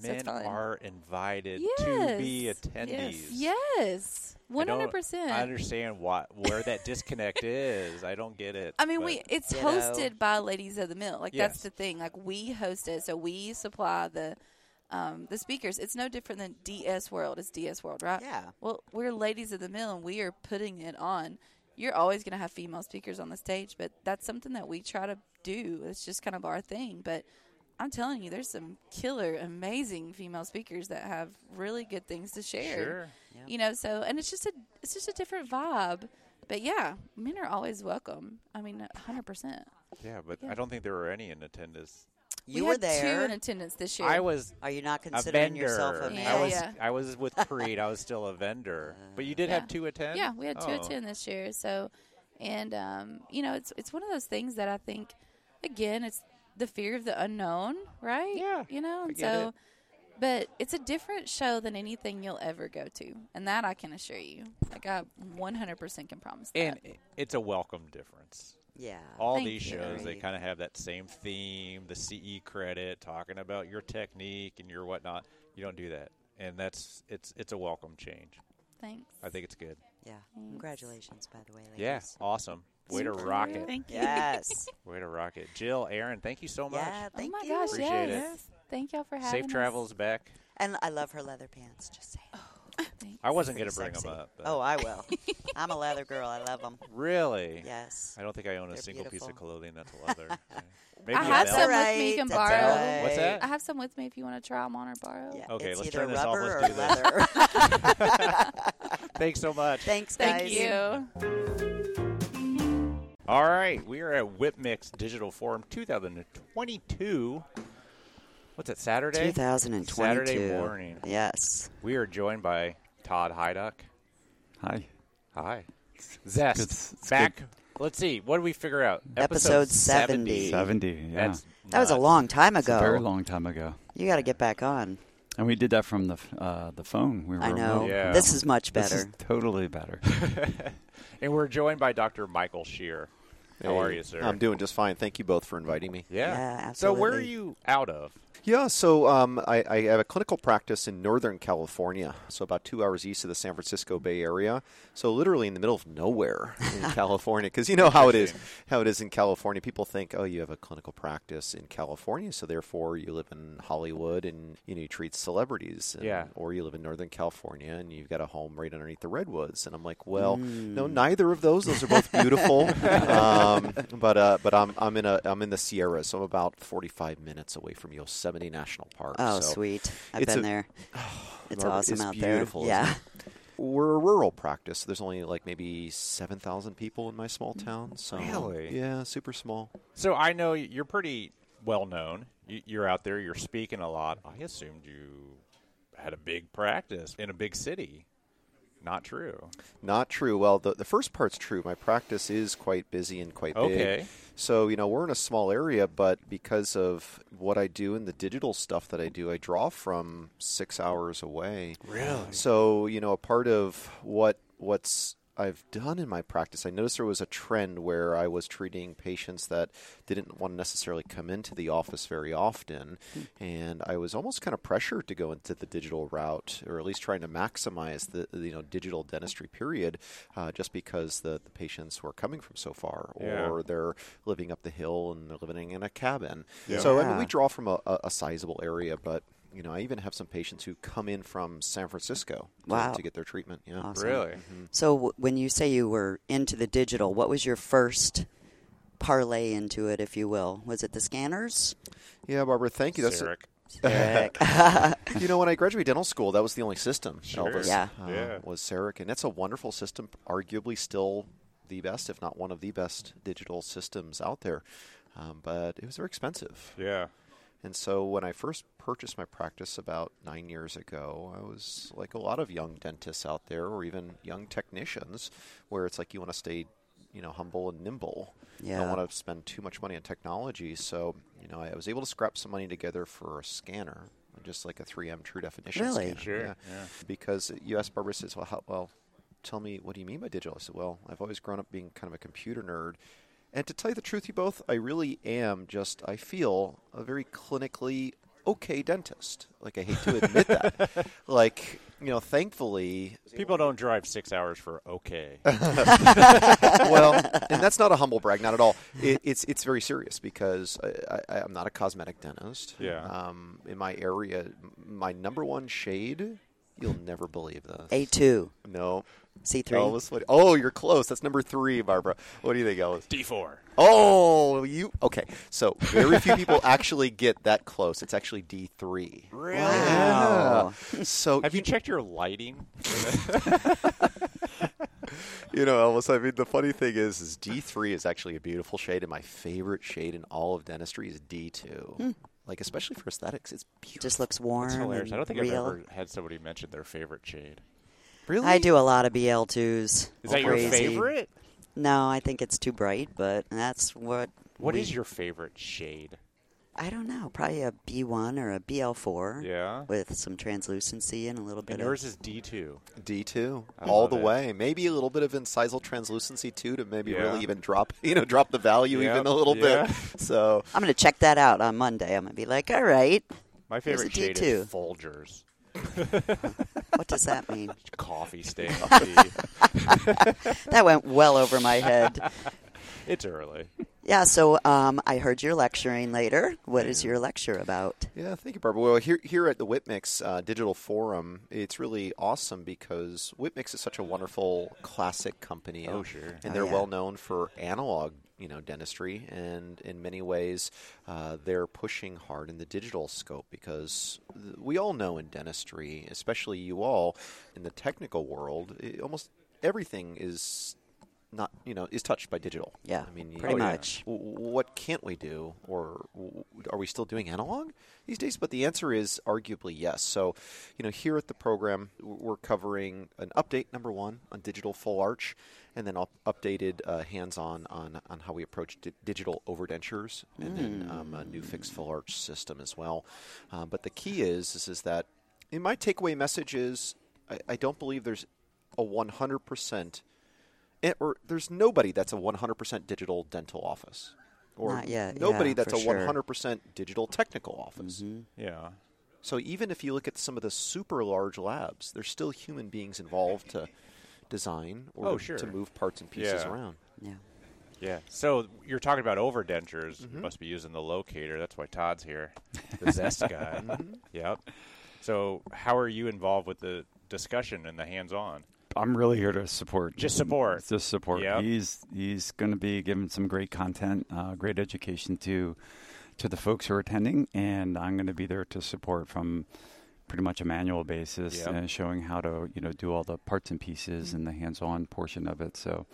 S3: So
S6: men
S3: it's fun.
S6: are invited to
S3: Yes.
S6: be
S3: Yes.
S6: attendees.
S3: yes
S6: I don't-
S3: 100%
S6: I understand why, where that disconnect is. I don't get it.
S3: I mean,
S6: but-
S3: we it's
S4: you know.
S3: hosted by Ladies of the Mill. Like that's
S6: Yes.
S3: the thing. Like we host it, so we supply the um, the speakers. It's no different than DS World. It's DS World, right?
S4: Yeah.
S3: Well, we're Ladies of the Mill, and we are putting it on. You're always going to have female speakers on the stage, but that's something that we try to do. It's just kind of our thing. But I'm telling you, there's some killer, amazing female speakers that have really good things to share
S6: Sure.
S3: you know so and it's just a it's just a different vibe but yeah men are always welcome i mean 100%
S6: Yeah, but I don't think there were any in attendance.
S3: we
S4: You were
S3: had two
S4: there.
S3: in attendance this year
S6: I was
S4: Are you not
S6: a
S4: considering
S6: vendor.
S4: yourself a man?
S3: Yeah,
S6: I was
S3: yeah.
S6: I was with Creed. I was still a vendor, but you did
S3: Yeah.
S6: have two attend.
S3: yeah we had two
S6: oh.
S3: attend this year so and um, you know it's it's one of those things that i think again it's the fear of the unknown, right?
S6: Yeah,
S3: You know,
S6: I
S3: and
S6: get
S3: so
S6: it.
S3: but it's a different show than anything you'll ever go to. And that I can assure you. Like I 100% can promise that.
S6: And i- it's a welcome difference.
S4: Yeah.
S6: All
S3: Oh, Thank
S6: these
S3: you.
S6: shows, they
S4: Agreed.
S6: kind of have that same theme, the CE credit, talking about your technique and your whatnot. You don't do that, and that's it's it's a welcome change.
S3: Thanks.
S6: I think it's good.
S4: Yeah. Congratulations, by the way, ladies.
S6: Yeah, awesome. Way to rock it.
S5: Thank you.
S4: Yes.
S6: Way to rock it. Jill, Aaron, thank you so much.
S4: yeah.
S3: oh
S4: Thank
S3: my
S4: you.
S3: gosh,
S6: Appreciate it.
S3: yes. Thank y'all for having
S6: Safe
S3: us.
S6: travels back.
S4: And I love her leather pants. Just saying.
S3: Oh, Thanks.
S6: I wasn't
S4: Pretty
S6: going to bring
S4: sexy.
S6: them up. but-
S4: Oh, I will. I'm a leather girl. I love them.
S6: really?
S4: Yes.
S6: I don't think I own a
S4: They're
S6: single piece of
S4: beautiful.
S6: clothing that's leather. Yeah. Maybe
S3: I
S6: a
S3: have
S6: belt.
S3: some with me you can
S4: That's all
S3: borrow.
S4: right.
S6: What's that?
S3: I have some with me if you want to try them on or borrow.
S4: Yeah,
S6: Okay,
S4: it's
S6: let's
S4: either
S6: turn this off.
S4: rubber
S6: Let's
S4: or
S6: do this.
S4: leather.
S6: Thanks so much.
S4: Thanks,
S3: Thank
S4: guys.
S3: you.
S6: All right, we are at Whipmix Digital Forum 2022. What's it, Saturday?
S4: 2022.
S6: Saturday morning.
S4: Yes.
S6: We are joined by Todd Hyduck.
S7: Hi.
S6: Hi. Zest.
S7: good- it's good.
S6: Back. Let's see. What did we figure out?
S4: Episode 70.
S7: 70, yeah.
S6: That's
S4: That was a
S6: nuts.
S4: long time
S7: It's a
S4: ago.
S7: very long time ago.
S4: You got to get back on.
S7: And we did that from the f- uh, the phone. We were
S4: I know.
S7: remote.
S6: Yeah.
S4: This is much
S7: This
S4: better.
S7: is totally better.
S6: And we're joined by Dr. Michael Shear. How
S8: Hey,
S6: are you, sir?
S8: I'm doing just fine. Thank you both for inviting me.
S6: Yeah.
S4: Yeah,
S6: So where are
S4: absolutely.
S6: you out of?
S8: Yeah, so um, I, I have a clinical practice in Northern California, so about two hours east of the San Francisco Bay Area. So literally in the middle of nowhere in California, because you know how it is, how it is in California. People think, oh, you have a clinical practice in California, so therefore you live in Hollywood and you know you treat celebrities, and-
S6: Yeah.
S8: or you live in Northern California and you've got a home right underneath the redwoods. And I'm like, well, no,
S4: Hmm.
S8: neither of those. Those are both beautiful, um, but uh, but I'm I'm in a I'm in the Sierras, so I'm about 45 minutes away from Yosemite National Park.
S4: Oh,
S8: so
S4: sweet. I've
S8: it's
S4: been
S8: a-
S4: there. It's
S8: Barbara,
S4: awesome
S8: it's
S4: out
S8: beautiful,
S4: there.
S8: isn't
S4: Yeah.
S8: it? We're a rural practice. There's only like maybe 7,000 people in my small town. So
S6: Really?
S8: yeah, super small.
S6: So I know you're pretty well known. You- You're out there. You're speaking a lot. I assumed you had a big practice in a big city. Not true.
S8: Not true. Well, the, the first part's true. My practice is quite busy and quite
S6: Okay.
S8: big. So, you know, we're in a small area, but because of what I do and the digital stuff that I do, I draw from six hours away. Really? So, you know, a part of what what's I've done in my practice, I noticed there was a trend where I was treating patients that didn't want to necessarily come into the office very often. And I was almost kind of pressured to go into the digital route, or at least trying to maximize the, the, you know, digital dentistry period, uh, just because the, the patients were coming from so far,
S6: Yeah.
S8: or they're living up the hill and they're living in a cabin. So I mean, we draw from a, a, a sizable area, but you know, I even have some patients who come in from San Francisco to,
S4: Wow.
S8: to get their treatment. Yeah.
S4: Awesome.
S6: Really? Mm.
S4: So w- when you say you were into the digital, what was your first parlay into it, if you will? Was it the scanners?
S8: Yeah, Barbara, thank you. That's
S6: Zurich.
S8: you know, when I graduated dental school, that was the only system.
S6: Sure.
S8: Elvis,
S4: Yeah.
S8: uh,
S6: Yeah.
S8: was Sarek, and that's a wonderful system. Arguably, still the best, if not one of the best, digital systems out there. Um, but it was very expensive.
S6: Yeah.
S8: And so when I first purchased my practice about nine years ago, I was like a lot of young dentists out there, or even young technicians, where it's like you want to stay, you know, humble and nimble. You
S4: Yeah.
S8: don't want to spend too much money on technology. So, you know, I was able to scrap some money together for a scanner, just like a 3M true definition
S4: Really?
S8: scanner.
S6: Sure, yeah.
S8: Because you asked Barbara, says, well, how, well, tell me, what do you mean by digital? I said, well, I've always grown up being kind of a computer nerd. And to tell you the truth, you both, I really am just, I feel a very clinically okay dentist. Like, I hate to admit that. Like, you know, thankfully,
S6: People don't drive six hours for okay.
S8: well, and that's not a humble brag, not at all. It, it's it's very serious because I, I, I'm not a cosmetic dentist.
S6: Yeah.
S8: Um, in my area, m- my number one shade, you'll never believe this.
S4: A2,
S8: No.
S4: C3.
S8: Elvis, what, oh, you're close. That's number three, Barbara. What do you think, Elvis?
S6: D4.
S8: Oh, you okay? So very few people actually get that close. It's actually D three.
S6: Really?
S4: Wow.
S8: So
S6: Have you checked your lighting?
S8: You know, Elvis, I mean, the funny thing is, is D3 is actually a beautiful shade, and my favorite shade in all of dentistry is D2. Like, especially for aesthetics, it's beautiful.
S4: Hmm. Just looks warm.
S6: It's hilarious.
S4: and
S6: I don't think
S4: Um, real.
S6: I've ever had somebody mention their favorite shade.
S8: really?
S4: I do a lot of BL2s. Is
S6: Is that your favorite?
S4: No, I think it's too bright, but that's what
S6: What
S4: we-
S6: is your favorite shade?
S4: I don't know, probably a B1 or a BL4
S6: Yeah.
S4: with some translucency and a little bit
S6: And
S4: of.
S6: yours is D2.
S8: D2
S6: I
S8: all
S6: love
S8: the
S6: it.
S8: way. Maybe a little bit of incisal translucency too to maybe
S6: Yeah.
S8: really even drop, you know, drop the value
S6: Yep,
S8: even a little
S6: yeah.
S8: bit. So,
S4: I'm going to check that out on Monday. I'm going to be like, all right,
S6: My
S4: Yours
S6: favorite
S4: is
S6: shade
S4: D2.
S6: is Folgers.
S4: what does that mean?
S6: Coffee stain.
S4: that went well over my head.
S6: it's early.
S4: Yeah, so um, I heard you're lecturing later. What is your lecture about?
S8: Yeah, thank you, Barbara. Well, here here at the Whitmix uh, Digital Forum, it's really awesome because Whitmix is such a wonderful classic company.
S6: Oh, sure.
S8: and
S4: Oh,
S8: they're
S4: yeah.
S8: well known for analog, you know, dentistry, and in many ways, uh, they're pushing hard in the digital scope because th- we all know in dentistry, especially you all in the technical world, i almost everything is not you know is touched by digital
S4: Yeah,
S8: i mean
S4: pretty
S8: you-
S4: much.
S8: w- what can't we do or w- are we still doing analog these days but the answer is arguably yes so you know here at the program w- we're covering an update number one on digital full arch and then up- updated uh, hands-on on, on how we approach di- digital overdentures
S4: Mm.
S8: and then um, a new fixed full arch system as well uh, but the key is is, is that in my takeaway message is I, I don't believe there's a 100% it, eh, or there's nobody that's a 100% digital dental office or
S4: Not yet,
S8: nobody
S4: yeah,
S8: that's
S4: for
S8: a
S4: sure. Mm-hmm.
S8: 100% digital technical office
S6: Yeah.
S8: so even if you look at some of the super large labs there's still human beings involved to design or
S6: Oh,
S8: to-
S6: sure.
S8: to move parts and pieces
S6: Yeah.
S8: around
S4: Yeah. Mm-hmm.
S6: Yeah. So you're talking about overdentures. You must be using the locator. That's why Todd's here, the Zest guy.
S4: Mm-hmm.
S6: Yep. So how are you involved with the discussion and the hands-on?
S7: I'm really here to support.
S6: Just support.
S7: Just support.
S6: Yep.
S7: He's he's going to be giving some great content, uh, great education to to the folks who are attending, and I'm going to be there to support from pretty much a manual basis
S6: Yep.
S7: and showing how to you know do all the parts and pieces and the hands-on portion of it. So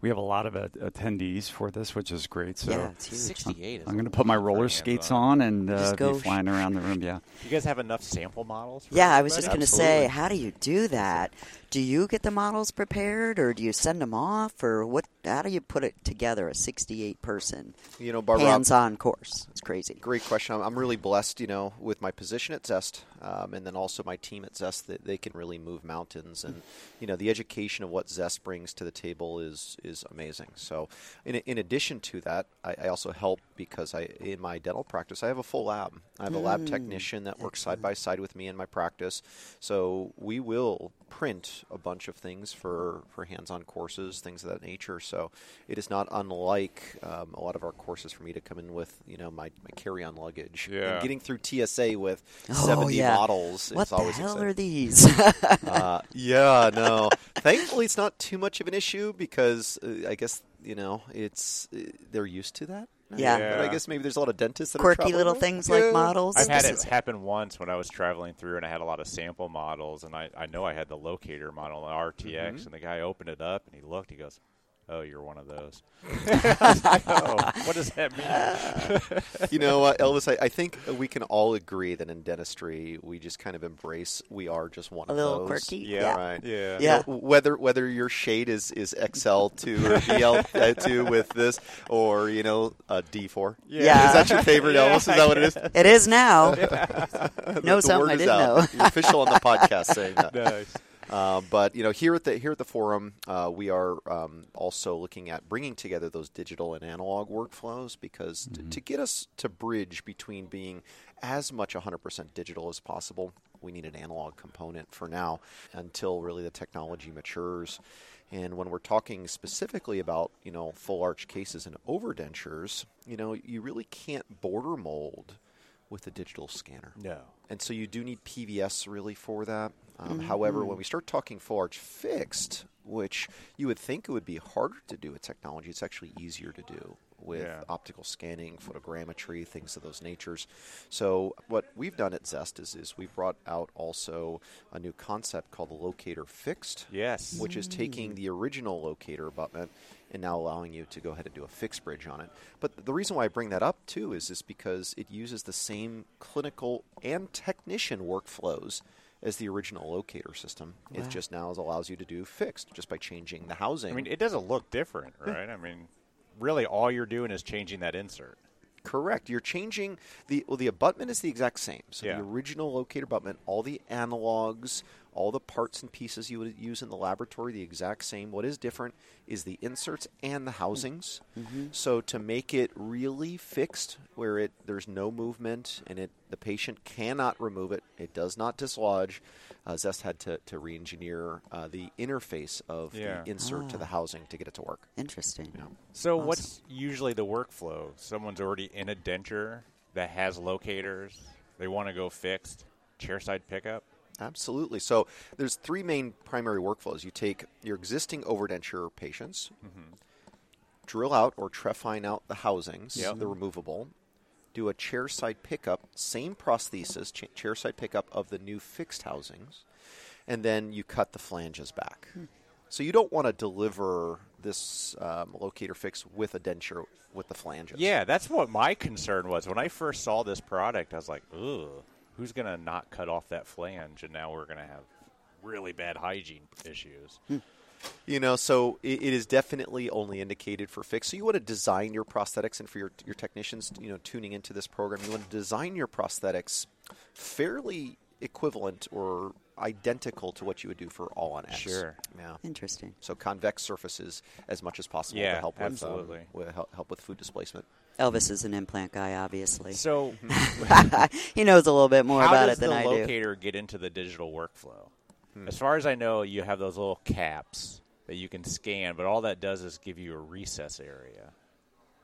S7: we have a lot of uh, attendees for this, which is great. So.
S4: yeah, it's huge.
S6: Sixty-eight. Is
S7: I'm going to put my
S6: a lot for
S7: roller
S6: hands-on.
S7: skates on and uh,
S4: Just
S7: be
S4: go sh-
S7: flying around the room. Yeah.
S6: You guys have enough sample models? for
S4: Yeah, I was just
S6: everybody?
S4: going to say, how do you do that? Do you get the models prepared, or do you send them off, or what? How do you put it together? A sixty-eight person
S8: you know barbara
S4: hands-on course. It's crazy.
S8: Great question. I'm, I'm really blessed, you know, with my position at Zest, um, and then also my team at Zest that they can really move mountains. And you know, the education of what Zest brings to the table is is amazing. So, in, in addition to that, I, I also help because I in my dental practice I have a full lab. I have a lab technician that works side by side with me in my practice. So we will print a bunch of things for for hands-on courses, things of that nature. So it is not unlike um, a lot of our courses for me to come in with, you know, my, my carry-on luggage.
S6: Yeah.
S8: And getting through TSA with
S4: Oh,
S8: 70
S4: yeah.
S8: models
S4: What
S8: is
S4: the
S8: always
S4: hell
S8: exciting.
S4: are these?
S8: Uh, yeah, no. Thankfully, it's not too much of an issue because uh, I guess you know it's uh, they're used to that.
S4: Yeah.
S8: But I guess maybe there's a lot of dentists that are
S4: Quirky
S8: traveling
S4: little
S8: with-
S4: things
S8: Yeah.
S4: like models.
S6: I've had
S4: This
S6: it
S4: is-
S6: happen once when I was traveling through and I had a lot of sample models and I, I know I had the locator model, the RTX,
S8: Mm-hmm.
S6: and the guy opened it up and he looked, he goes, Oh, you're one of those. I was like, "Oh, what does that mean?
S8: you know what, Elvis? I, I think we can all agree that in dentistry, we just kind of embrace we are just one
S4: A
S8: of
S4: little
S8: those.
S4: quirky,
S6: Yeah.
S4: yeah.
S8: right.
S6: Yeah.
S4: Yeah.
S8: You know, whether whether your shade is is XL two or BL two uh, with this, or you know uh, D four.
S4: Yeah.
S8: Is that your favorite, Elvis? Is that what it is?
S4: It is now. Know
S8: the
S4: something
S8: word
S4: I
S8: is
S4: didn't know.
S8: out. You're official on the podcast saying that.
S6: Nice.
S8: Uh, but you know, here at the here at the forum, uh, we are um, also looking at bringing together those digital and analog workflows because t- to get us to bridge between being as much 100% digital as possible, we need an analog component for now until really the technology matures. And when we're talking specifically about you know full arch cases and overdentures, you know, you really can't border mold with a digital scanner.
S6: No.
S8: And so you do need PVS really for that. Um, However, when we start talking full arch fixed, which you would think it would be harder to do with technology, it's actually easier to do with
S6: Yeah.
S8: optical scanning, photogrammetry, things of those natures. So what we've done at Zest is, is we brought out also a new concept called the locator fixed
S6: Yes.
S8: which is taking the original locator abutment and now allowing you to go ahead and do a fixed bridge on it. But the reason why I bring that up too is is because it uses the same clinical and technician workflows as the original locator system. It just now allows you to do fixed just by changing the housing.
S6: I mean, it doesn't look different, right? I mean, really all you're doing is changing that insert.
S8: Correct. You're changing the well. The abutment is the exact same. So
S6: Yeah.
S8: the original locator abutment, all the analogs, all the parts and pieces you would use in the laboratory, the exact same. What is different is the inserts and the housings.
S6: Mm-hmm.
S8: So to make it really fixed, where it there's no movement and it the patient cannot remove it, it does not dislodge. Uh, Zest had to to re-engineer uh, the interface of
S6: Yeah.
S8: the insert to the housing to get it to work.
S4: Interesting.
S6: So what's usually the workflow? Someone's already in a denture that has locators. They want to go fixed. Chairside pickup.
S8: Absolutely. So there's three main primary workflows. You take your existing overdenture patients, drill out or trephine out the housings, the removable, do a chairside pickup, same prosthesis, cha- chairside pickup of the new fixed housings, and then you cut the flanges back. So you don't want to deliver this um, locator fix with a denture with the flanges.
S6: Yeah, that's what my concern was when I first saw this product. I was like, "Ugh, who's gonna not cut off that flange?" And now we're gonna have really bad hygiene issues.
S8: You know, so it, it is definitely only indicated for fix. So you want to design your prosthetics, and for your your technicians, you know, tuning into this program, you want to design your prosthetics fairly equivalent or identical to what you would do for all on X.
S6: Sure.
S8: Yeah.
S4: Interesting.
S8: So convex surfaces as much as possible
S6: Yeah,
S8: to help with, um,
S6: absolutely.
S8: with help, help with food displacement.
S4: Elvis is an implant guy, obviously.
S6: So,
S4: he knows a little bit more
S6: how
S4: about
S6: does
S4: it than
S6: the
S4: I do. Hmm.
S6: locator get into the digital workflow? As far as I know, you have those little caps that you can scan, but all that does is give you a recess area.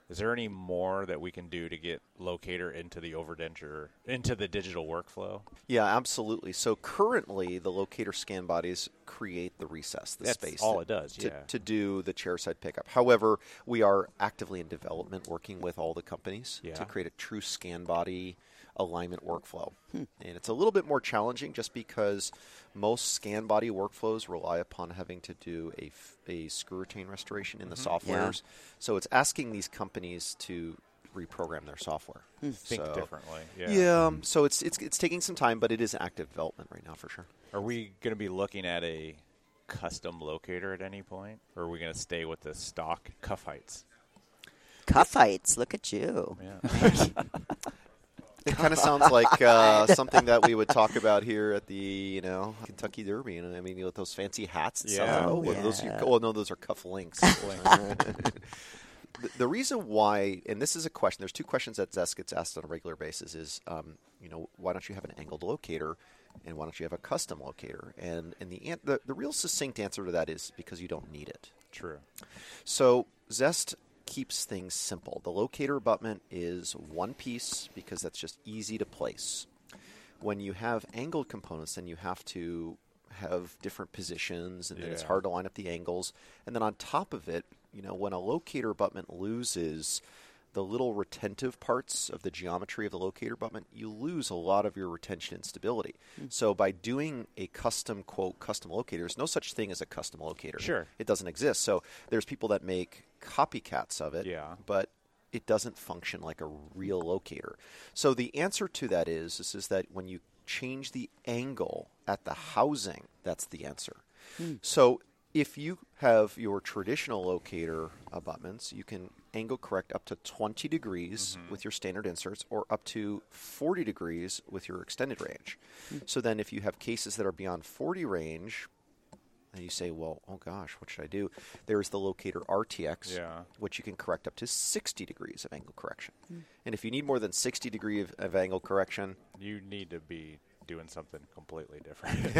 S6: Is there any more that we can do to get locator into the overdenture, into the digital workflow?
S8: Yeah, absolutely. So currently, the locator scan bodies create the recess, the
S6: That's
S8: space.
S6: all
S8: that-
S6: it does,
S8: To,
S6: yeah.
S8: to do the chairside pickup. However, we are actively in development, working with all the companies
S6: Yeah.
S8: to create a true scan body alignment workflow. And it's a little bit more challenging just because most scan body workflows rely upon having to do a, f- a screw retain restoration in the
S6: Mm-hmm.
S8: softwares. So it's asking these companies to reprogram their software.
S6: Think
S8: So-
S6: differently.
S8: Yeah. um, So it's it's it's taking some time, but it is in active development right now for sure.
S6: Are we going to be looking at a custom locator at any point, or are we going to stay with the stock cuff heights?
S4: Cuff heights. Look at you.
S8: It kind of sounds like uh, something that we would talk about here at the you know Kentucky Derby. And uh, I mean, with those fancy hats. And
S6: Yeah.
S8: Stuff. Oh, well, those are, oh no, those are cuff links. The- the reason why, and this is a question. There's two questions that Zest gets asked on a regular basis: is um, you know why don't you have an angled locator, and why don't you have a custom locator? And and the an- the, the real succinct answer to that is because you don't need it.
S6: True.
S8: So Zest keeps things simple. The locator abutment is one piece because that's just easy to place. When you have angled components, then you have to have different positions, and then it's
S6: Yeah.
S8: hard to line up the angles. And then on top of it, you know, when a locator abutment loses the little retentive parts of the geometry of the locator abutment, you lose a lot of your retention and stability.
S6: Hmm.
S8: So by doing a custom quote custom locator, there's no such thing as a custom locator.
S6: Sure.
S8: It doesn't exist. So there's people that make copycats of it,
S6: Yeah.
S8: but it doesn't function like a real locator. So the answer to that is is, is that when you change the angle at the housing, that's the answer. So if you have your traditional locator abutments, you can angle correct up to 20 degrees with your standard inserts or up to 40 degrees with your extended range. So then if you have cases that are beyond 40 range, and you say, well, oh gosh, what should I do? There's the locator RTX,
S6: Yeah.
S8: which you can correct up to 60 degrees of angle correction. And if you need more than 60 degree of, of angle correction,
S6: You need to be doing something completely different.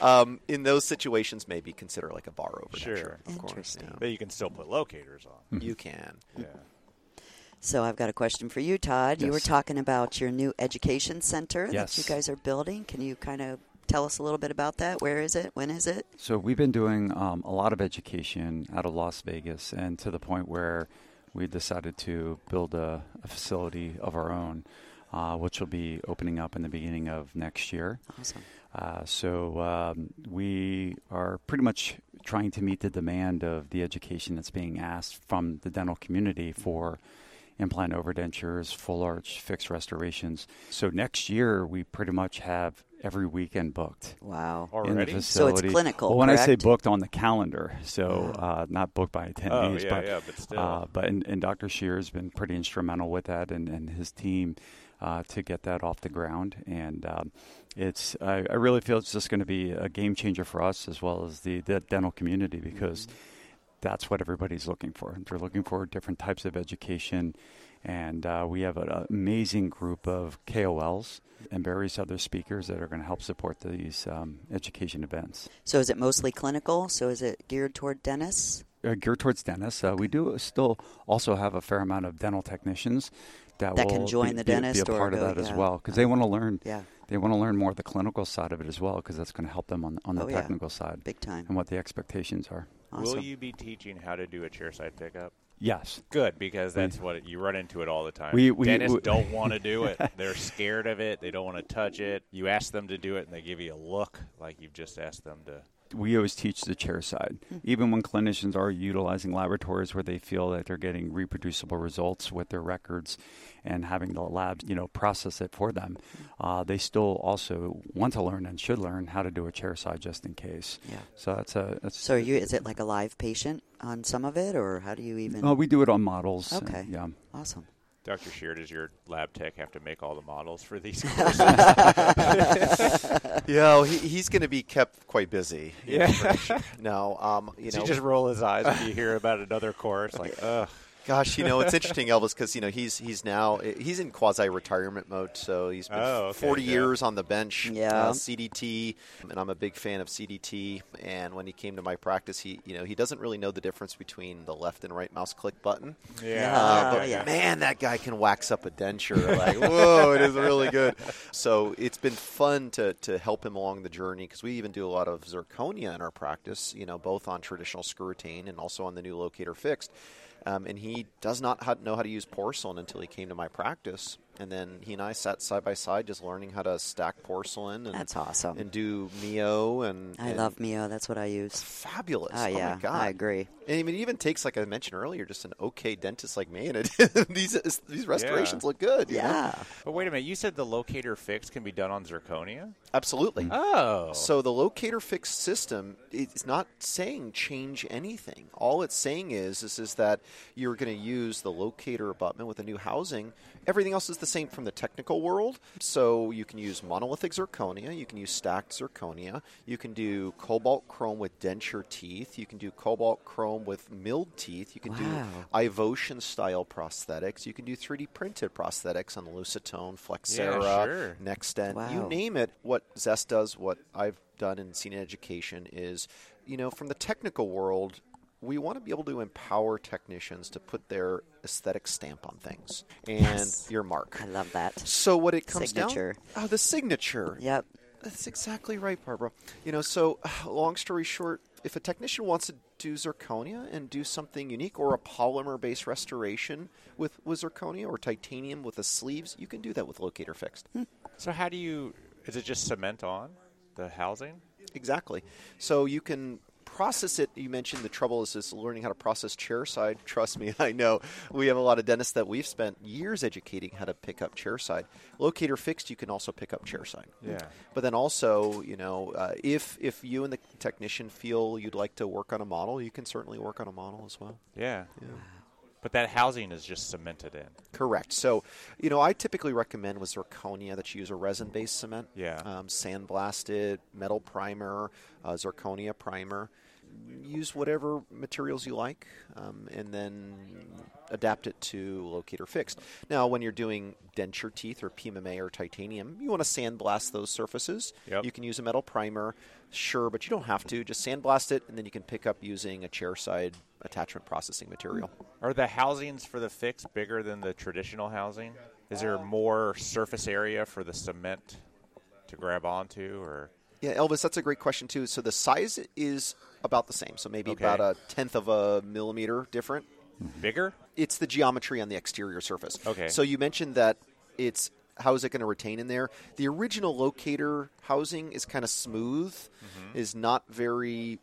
S8: um, in those situations, maybe consider like a bar over.
S6: Sure.
S8: of course.
S4: Interesting.
S8: yeah. Hmm.
S6: that you can still put locators on.
S8: You can.
S7: Mm-hmm.
S6: Yeah.
S4: So I've got a question for you, Todd. You were
S7: Yes.
S4: talking about your new education center
S7: Yes.
S4: that you guys are building. Can you kind of tell us a little bit about that? Where is it? When is it?
S7: So we've been doing um, a lot of education out of Las Vegas, and to the point where we decided to build a, a facility of our own, uh, which will be opening up in the beginning of next year.
S4: Awesome.
S7: Uh, so um, we are pretty much trying to meet the demand of the education that's being asked from the dental community for implant overdentures, full arch, fixed restorations. So next year, we pretty much have every weekend booked.
S4: Wow.
S7: In the
S6: already.
S4: So it's
S7: facility.
S4: clinical,
S7: Well, when I say
S4: correct?
S7: booked on the calendar, so uh, not booked by attendees,
S6: Oh, yeah,
S7: but
S6: yeah, but still.
S7: uh, but and, and Dr. Shear's been pretty instrumental with that and, and his team uh, to get that off the ground. And um, it's I, I really feel it's just going to be a game changer for us as well as the, the dental community because
S6: Mm-hmm.
S7: that's what everybody's looking for. They're looking for different types of education. And uh, we have an amazing group of KOLs and various other speakers that are going to help support these um, education events.
S4: So is it mostly clinical? So is it geared toward dentists?
S7: uh, geared towards dentists. Uh, we do still also have a fair amount of dental technicians that,
S4: That
S7: will
S4: can join
S7: be,
S4: the
S7: be-
S4: dentist
S7: be a
S4: or
S7: part of
S4: go-
S7: that as
S4: yeah.
S7: well because they want to learn.
S4: Yeah.
S7: They want to learn more of the clinical side of it as well because that's going to help them on on the
S4: Oh, yeah.
S7: technical side
S4: Big time.
S7: and what the expectations are.
S4: Awesome.
S6: Will you be teaching how to do a chairside pickup?
S7: Yes.
S6: Good, because that's what it, you run into it all the time.
S7: We- we-
S6: Dentists
S7: we-
S6: don't want to do it. They're scared of it. They don't want to touch it. You ask them to do it, and they give you a look like you've just asked them to.
S7: we always teach the chair side.
S4: Hmm.
S7: Even when clinicians are utilizing laboratories where they feel that they're getting reproducible results with their records and having the labs, you know, process it for them,
S4: Hmm.
S7: uh, they still also want to learn and should learn how to do a chair side just in case.
S4: Yeah.
S7: So that's a that's
S4: So are you is it like a live patient on some of it or how do you even
S7: Oh, we do it on models. and-
S4: Okay.
S7: yeah.
S4: Awesome.
S6: Dr. Shear, does your lab tech have to make all the models for these courses?
S8: Yeah, well, he, he's going to be kept quite busy. Yeah. no, um, you
S6: Does
S8: know,
S6: he just roll his eyes when you hear about another course? Like, ugh.
S8: gosh, you know, it's interesting, Elvis, because you know he's he's now he's in quasi retirement mode, so he's been
S6: Oh, okay,
S8: forty
S6: yeah.
S8: years on the bench.
S4: Yeah.
S8: uh, CDT, and I'm a big fan of CDT. And when he came to my practice, he you know he doesn't really know the difference between the left and right mouse click button.
S6: Yeah.
S8: Uh,
S4: Oh,
S8: but
S4: yeah.
S8: man, that guy can wax up a denture. Like, whoa, it is really good. So it's been fun to, to help him along the journey because we even do a lot of zirconia in our practice, you know, both on traditional screw retain and also on the new locator fixed. Um, and he does not ho- know how to use porcelain until he came to my practice. And then he and I sat side by side just learning how to stack porcelain. And,
S4: That's awesome.
S8: And do Mio and
S4: I
S8: and
S4: love Mio, that's what I use.
S8: fabulous.
S4: Oh, yeah,
S8: my God.
S4: I agree.
S8: And I mean, it even takes like I mentioned earlier, just an okay dentist like me, and it, these these restorations look good. you know?
S4: Yeah.
S6: But wait a minute. You said the locator fix can be done on zirconia?
S8: absolutely.
S6: Oh.
S8: So the locator fix system it's not saying change anything. All it's saying is is, is that you're going to use the locator abutment with a new housing. Everything else is the same from the technical world. So you can use monolithic zirconia, you can use stacked zirconia, you can do cobalt chrome with denture teeth, you can do cobalt chrome with milled teeth, you can
S4: Wow.
S8: do Ivotion style prosthetics, you can do 3D printed prosthetics on Lucitone, Flexera,
S6: sure.
S8: Nextdent, you
S4: Wow.
S8: name name it, what Zest does, what I've done in senior education is, you know, from the technical world, we want to be able to empower technicians to put their aesthetic stamp on things and your mark.
S4: I love that.
S8: So what it comes
S4: Signature.
S8: down, oh, the signature.
S4: Yep.
S8: That's exactly right, Barbara. You know, so long story short, if a technician wants to do zirconia and do something unique or a polymer based restoration with, with zirconia or titanium with the sleeves, you can do that with locator fixed.
S6: So how do you? Is it just cement on the housing?
S8: Exactly. So you can process it. You mentioned the trouble is just learning how to process chairside. Trust me, I know. We have a lot of dentists that we've spent years educating how to pick up chairside. Locator fixed, you can also pick up chairside.
S6: Yeah.
S8: But then also, you know, uh, if if you and the technician feel you'd like to work on a model, you can certainly work on a model as well.
S6: Yeah. But that housing is just cemented in.
S8: Correct. So, you know, I typically recommend with zirconia that you use a resin-based cement.
S6: Yeah.
S8: Um, sandblasted metal primer, uh, zirconia primer. Use whatever materials you like, um, and then adapt it to locator fixed. Now, when you're doing denture teeth or PMMA or titanium, you want to sandblast those surfaces.
S6: Yep.
S8: You can use a metal primer, sure, but you don't have to. Just sandblast it, and then you can pick up using a chair side attachment processing material.
S6: Are the housings for the fix bigger than the traditional housing? Is
S7: Uh,
S6: there more surface area for the cement to grab onto, or
S8: Yeah, Elvis, that's a great question too. So the size is about the same, so maybe
S6: Okay.
S8: about a tenth of a millimeter different.
S6: bigger?
S8: It's the geometry on the exterior surface.
S6: Okay.
S8: So you mentioned that it's how is it going to retain in there? The
S6: Mm-hmm.
S8: original locator housing is kind of smooth, is not very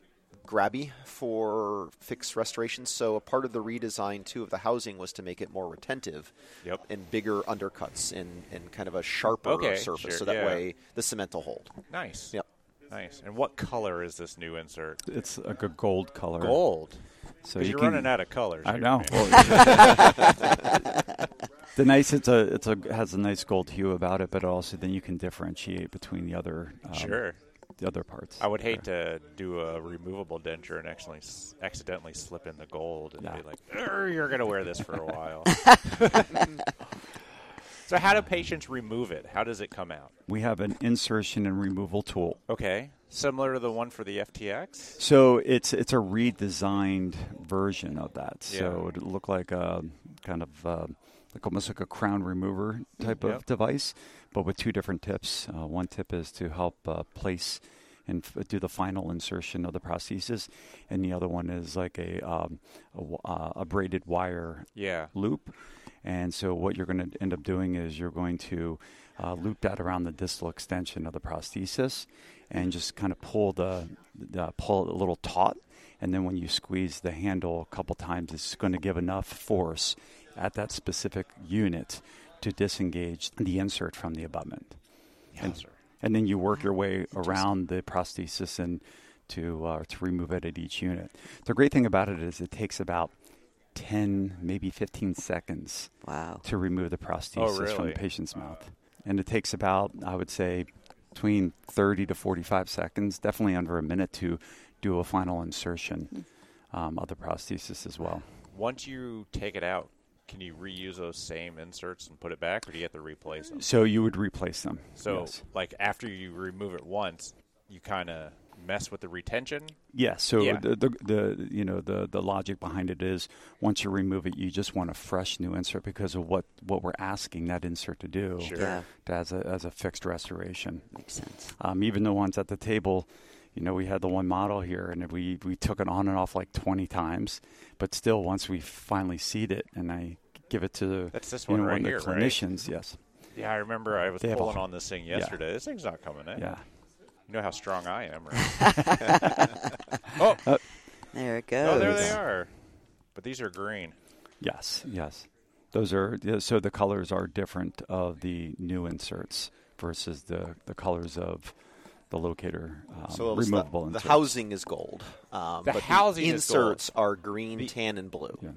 S8: grabby for fixed restorations. So a part of the redesign too of the housing was to make it more retentive
S6: Yep.
S8: and bigger undercuts and, and kind of a sharper
S6: Okay,
S8: surface.
S6: sure,
S8: so that
S6: yeah.
S8: way the cement will hold.
S6: Nice.
S8: Yep.
S6: Nice. And what color is this new insert?
S7: It's like a gold color.
S6: Gold.
S7: So
S6: 'Cause
S7: you
S6: you're
S7: can-
S6: running out of colors.
S7: I
S6: here,
S7: know.
S6: man.
S7: Well, the nice it's a it's a has a nice gold hue about it, but also then you can differentiate between the other um,
S6: Sure.
S7: the other parts.
S6: I would hate to do a removable denture and accidentally s- accidentally slip in the gold and
S7: Yeah.
S6: be like, "Err, "You're going to wear this for a while." so, how do patients remove it? How does it come out?
S7: We have an insertion and removal tool.
S6: Okay, similar to the one for the FTX.
S7: So it's it's a redesigned version of that. So it looked like a kind of uh, like almost like a crown remover type
S6: Yep.
S7: of device, but with two different tips. Uh, one tip is to help uh, place and f- do the final insertion of the prosthesis, and the other one is like a um, a, w- uh, a braided wire
S6: Yeah.
S7: loop. And so what you're going to end up doing is you're going to uh, loop that around the distal extension of the prosthesis, and just kind of pull the, the pull it a little taut. And then when you squeeze the handle a couple times, it's going to give enough force at that specific unit to disengage the insert from the abutment. and, and then you work your way around the prosthesis and to uh, to remove it at each unit. The great thing about it is it takes about 10, maybe 15 seconds
S4: Wow.
S7: to remove the prosthesis from
S6: Oh, really?
S7: the patient's mouth. And it takes about, I would say, between 30 to 45 seconds, definitely under a minute, to do a final insertion um, of the prosthesis as well.
S6: Once you take it out, can you reuse those same inserts and put it back, or do you have to replace them?
S7: So you would replace them.
S6: So,
S7: yes.
S6: like after you remove it once, you kind of mess with the retention.
S7: Yeah. So
S6: Yeah.
S7: The, the the you know the the logic behind it is once you remove it, you just want a fresh new insert because of what what we're asking that insert to do
S6: Sure.
S4: Yeah.
S7: as a as a fixed restoration.
S4: Makes sense.
S7: Um, even the ones at the table, you know, we had the one model here, and we we took it on and off like twenty times, but still, once we finally seed it, and I give it to
S6: That's this
S7: you
S6: one
S7: know,
S6: right
S7: of the
S6: here, right?
S7: clinicians, yes,
S6: Yeah, I remember I was
S7: They have a
S6: pulling
S7: h-
S6: on this thing yesterday. This thing's not coming in.
S7: yeah.
S6: You know how strong I am, right? oh,
S4: There it goes.
S6: oh, there they are. But these are green.
S7: Yes, yes. Those are yeah, so the colors are different of the new inserts versus the the colors of the locator um,
S8: So it was the,
S7: removable
S8: the
S7: inserts.
S8: housing is gold, um,
S6: The
S8: but
S6: housing
S8: the
S6: is gold.
S8: inserts are green, tan, and blue.
S7: Yeah.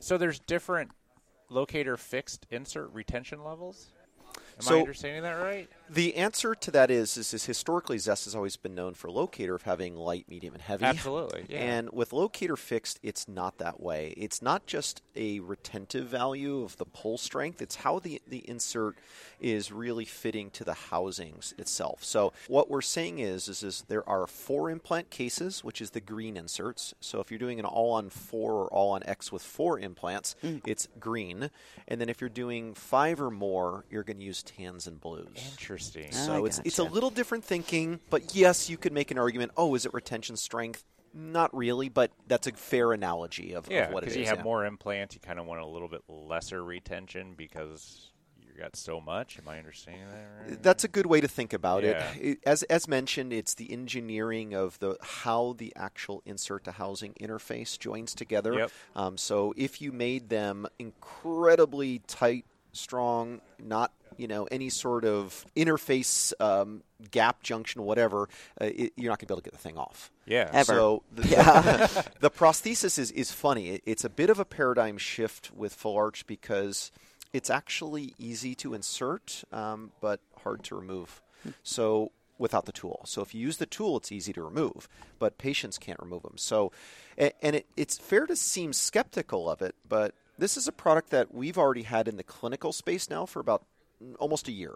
S6: So there's different locator fixed insert retention levels. Am I
S8: So-
S6: understanding that right?
S8: The answer to that is, is is historically Zest has always been known for locator of having light, medium, and heavy.
S6: Absolutely, yeah.
S8: And with locator fixed, it's not that way. It's not just a retentive value of the pull strength. It's how the the insert is really fitting to the housings itself. So what we're saying is is, is there are four implant cases, which is the green inserts. So if you're doing an all on four or all on X with four implants,
S6: Mm.
S8: it's green. And then if you're doing five or more, you're going to use tans and blues.
S6: Interesting.
S4: Oh, I
S8: So it's it's a
S4: gotcha.
S8: little different thinking, but yes, you could make an argument. Oh, is it retention strength? Not really, but that's a fair analogy of,
S6: Yeah,
S8: of what it
S6: because
S8: is.
S6: you have
S8: yeah.
S6: more implants, you kind of want a little bit lesser retention because you got so much. Am I understanding that right?
S8: That's a good way to think about
S6: Yeah.
S8: it. it. As as mentioned, it's the engineering of the how the actual insert to housing interface joins together.
S6: Yep.
S8: Um, so if you made them incredibly tight, strong, not you know any sort of interface um, gap junction, whatever, uh, it, you're not going to be able to get the thing off.
S6: Yeah.
S4: Ever.
S8: So the, the prosthesis is, is funny. It- It's a bit of a paradigm shift with full arch because it's actually easy to insert, um, but hard to remove. So without the tool. So if you use the tool, it's easy to remove, but patients can't remove them. So, a- and it, it's fair to seem skeptical of it, but this is a product that we've already had in the clinical space now for about mm, almost a year.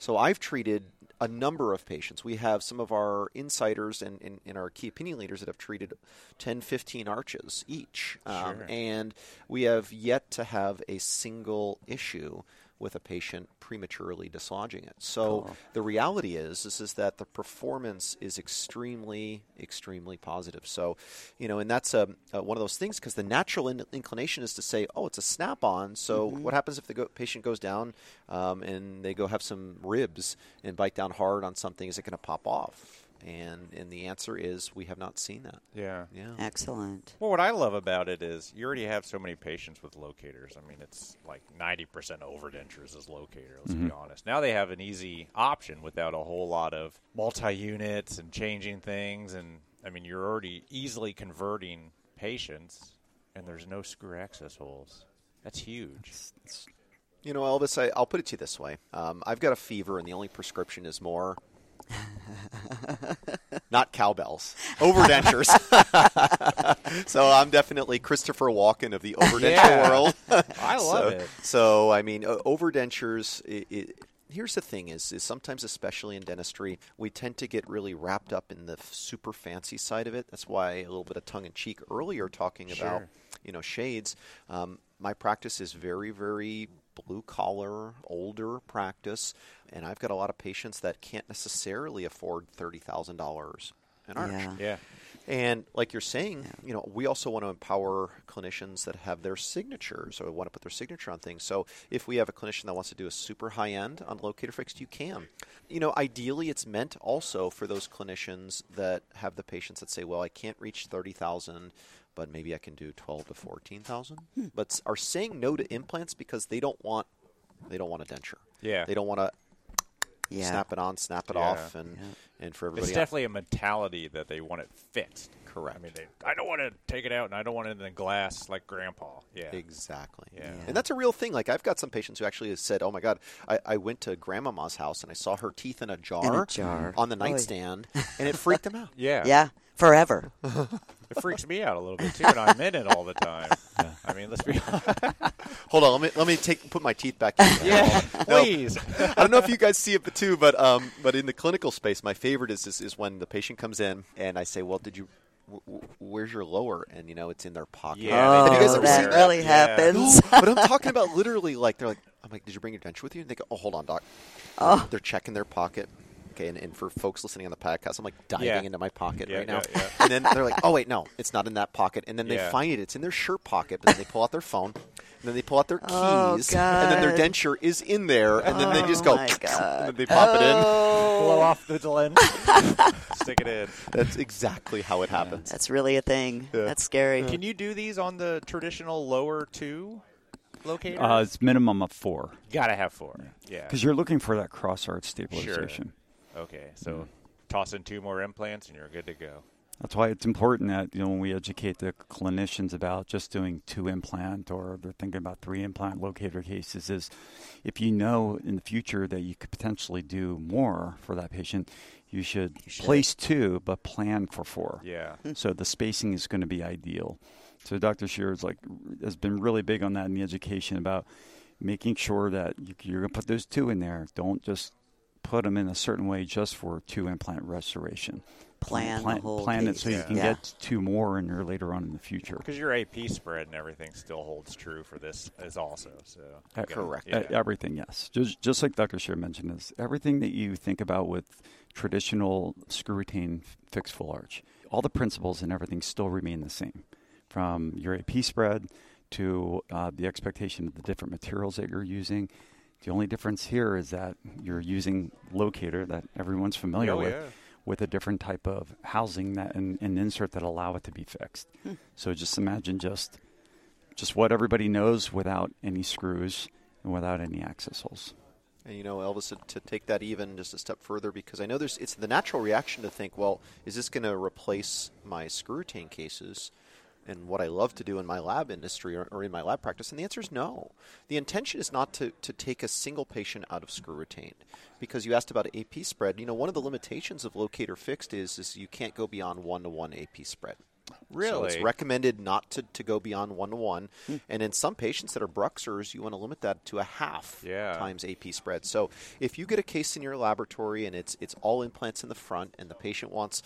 S8: So I've treated a number of patients. We have some of our insiders and, and, and our key opinion leaders that have treated 10, 15 arches each. Um, And we have yet to have a single issue with a patient prematurely dislodging it. So the reality is, is, is that the performance is extremely, extremely positive. So, you know, and that's a, uh one of those things because the natural in- inclination is to say, oh, it's a snap-on. So what happens if the go- patient goes down um, and they go have some ribs and bite down hard on something? Is it going to pop off? And and the answer is we have not seen that.
S6: Yeah.
S8: Yeah.
S4: Excellent.
S6: Well, what I love about it is you already have so many patients with locators. I mean, it's like 90% overdentures is locator, let's be honest. Now they have an easy option without a whole lot of multi units and changing things. And I mean, you're already easily converting patients, and there's no screw access holes. That's huge.
S8: You know, Elvis, I, I'll put it to you this way. Um, I've got a fever, and the only prescription is more. Not cowbells, overdentures. so I'm definitely Christopher Walken of the overdenture
S6: Yeah.
S8: world.
S6: I
S8: so,
S6: love it.
S8: So I mean, o- overdentures. i i here's the thing: is, is sometimes, especially in dentistry, we tend to get really wrapped up in the f- super fancy side of it. That's why a little bit of tongue in cheek earlier talking about you know shades. Um, my practice is very, very blue collar, older practice, and I've got a lot of patients that can't necessarily afford thirty thousand dollars an arch.
S4: Yeah.
S6: Yeah.
S8: And like you're saying, you know, we also want to empower clinicians that have their signatures or want to put their signature on things. So if we have a clinician that wants to do a super high end on locator fixed, you can. You know, ideally, it's meant also for those clinicians that have the patients that say, "Well, I can't reach thirty thousand, but maybe I can do twelve to fourteen thousand, but s- are saying no to implants because they don't want they don't want a denture.
S6: Yeah.
S8: they don't want to
S4: Yeah.
S8: snap it on, snap it
S6: Yeah.
S8: off, and and for everybody
S6: It's
S8: else.
S6: definitely a mentality that they want it fixed.
S8: Correct.
S6: I mean, they, I don't want to take it out and I don't want it in the glass like grandpa. Yeah.
S8: Exactly.
S6: Yeah. Yeah.
S8: And that's a real thing. Like I've got some patients who actually have said, "Oh my God, I, I went to Grandmama's house and I saw her teeth in a jar,
S4: jar.
S8: on the
S4: Oy.
S8: nightstand, and it freaked them out."
S6: Yeah.
S4: Yeah. Forever.
S6: It freaks me out a little bit too, and I'm in it all the time. I mean, let's be honest.
S8: Hold on, let me let me take put my teeth back. In.
S6: Yeah.
S8: No.
S6: Please.
S8: I don't know if you guys see it too, but um, but in the clinical space, my favorite is, is is when the patient comes in and I say, "Well, did you?" wh- wh- Where's your lower? And you know it's in their pocket.
S6: Yeah,
S4: oh,
S8: Have you guys ever
S4: that
S8: seen that?
S4: really
S6: Yeah.
S4: happens.
S8: No, but I'm talking about literally like they're like, I'm like, did you bring your denture with you? And they go, oh, hold on, doc. Oh. They're checking their pocket. Okay, and, and for folks listening on the podcast, I'm like diving
S6: Yeah.
S8: into my pocket
S6: Yeah,
S8: right now.
S6: yeah, yeah.
S8: And then they're like, oh, wait, no, it's not in that pocket. And then they
S6: Yeah.
S8: find it, it's in their shirt pocket, but then they pull out their phone. And then they pull out their keys,
S4: Oh,
S8: and then their
S4: God.
S8: denture is in there, and then they just
S4: Oh,
S8: go,
S4: my
S8: and then
S4: God. Oh.
S8: they pop
S6: Blow off the lens. Stick it in.
S8: it in. That's exactly how it happens.
S4: That's really a thing.
S8: Yeah.
S4: That's scary.
S6: Can you do these on the traditional lower two locator?
S7: Uh, it's minimum of four
S6: Gotta have four. Yeah.
S7: because you're looking for that cross arch stabilization.
S6: Okay, so toss in two more implants, and you're good to go.
S7: That's why it's important that you know when we educate the clinicians about just doing two implant or they're thinking about three implant locator cases is if you know in the future that you could potentially do more for that patient, you should, place two but plan for four.
S6: Yeah.
S7: So the spacing is going to be ideal. So Dr. Shear is like has been really big on that in the education about making sure that you, you're going to put those two in there. Don't just put them in a certain way just for two implant restoration.
S4: Plan the
S7: plan,
S4: whole
S7: plan it
S4: piece.
S7: so you
S4: Yeah.
S7: can
S4: Yeah.
S7: get two more in there later on in the future.
S6: Because your AP spread and everything still holds true for this is also so.
S7: Uh,
S6: Okay.
S8: correct.
S7: Uh,
S6: Yeah.
S7: Everything, yes. Just, just like Dr. Shear mentioned, is everything that you think about with traditional screw routine f- fixed full arch, all the principles and everything still remain the same from your AP spread to uh, the expectation of the different materials that you're using. The only difference here is that you're using locator that everyone's familiar
S6: Oh,
S7: with
S6: yeah.
S7: with a different type of housing that and, and insert that allow it to be fixed. So just imagine just just what everybody knows without any screws and without any access holes.
S8: And you know, Elvis, to, to take that even just a step further, because I know there's it's the natural reaction to think, well, is this going to replace my screw tank cases? And what I love to do in my lab industry or, or in my lab practice? And the answer is no. The intention is not to, to take a single patient out of screw retained. Because you asked about AP spread. You know, one of the limitations of locator fixed is, is you can't go beyond one to one AP spread. So it's
S6: Really? Hmm.
S8: recommended not to, to go beyond one to one. And in some patients that are Bruxers, you want to limit that to a half
S6: Yeah.
S8: times AP spread. So if you get a case in your laboratory and it's it's all implants in the front and the patient wants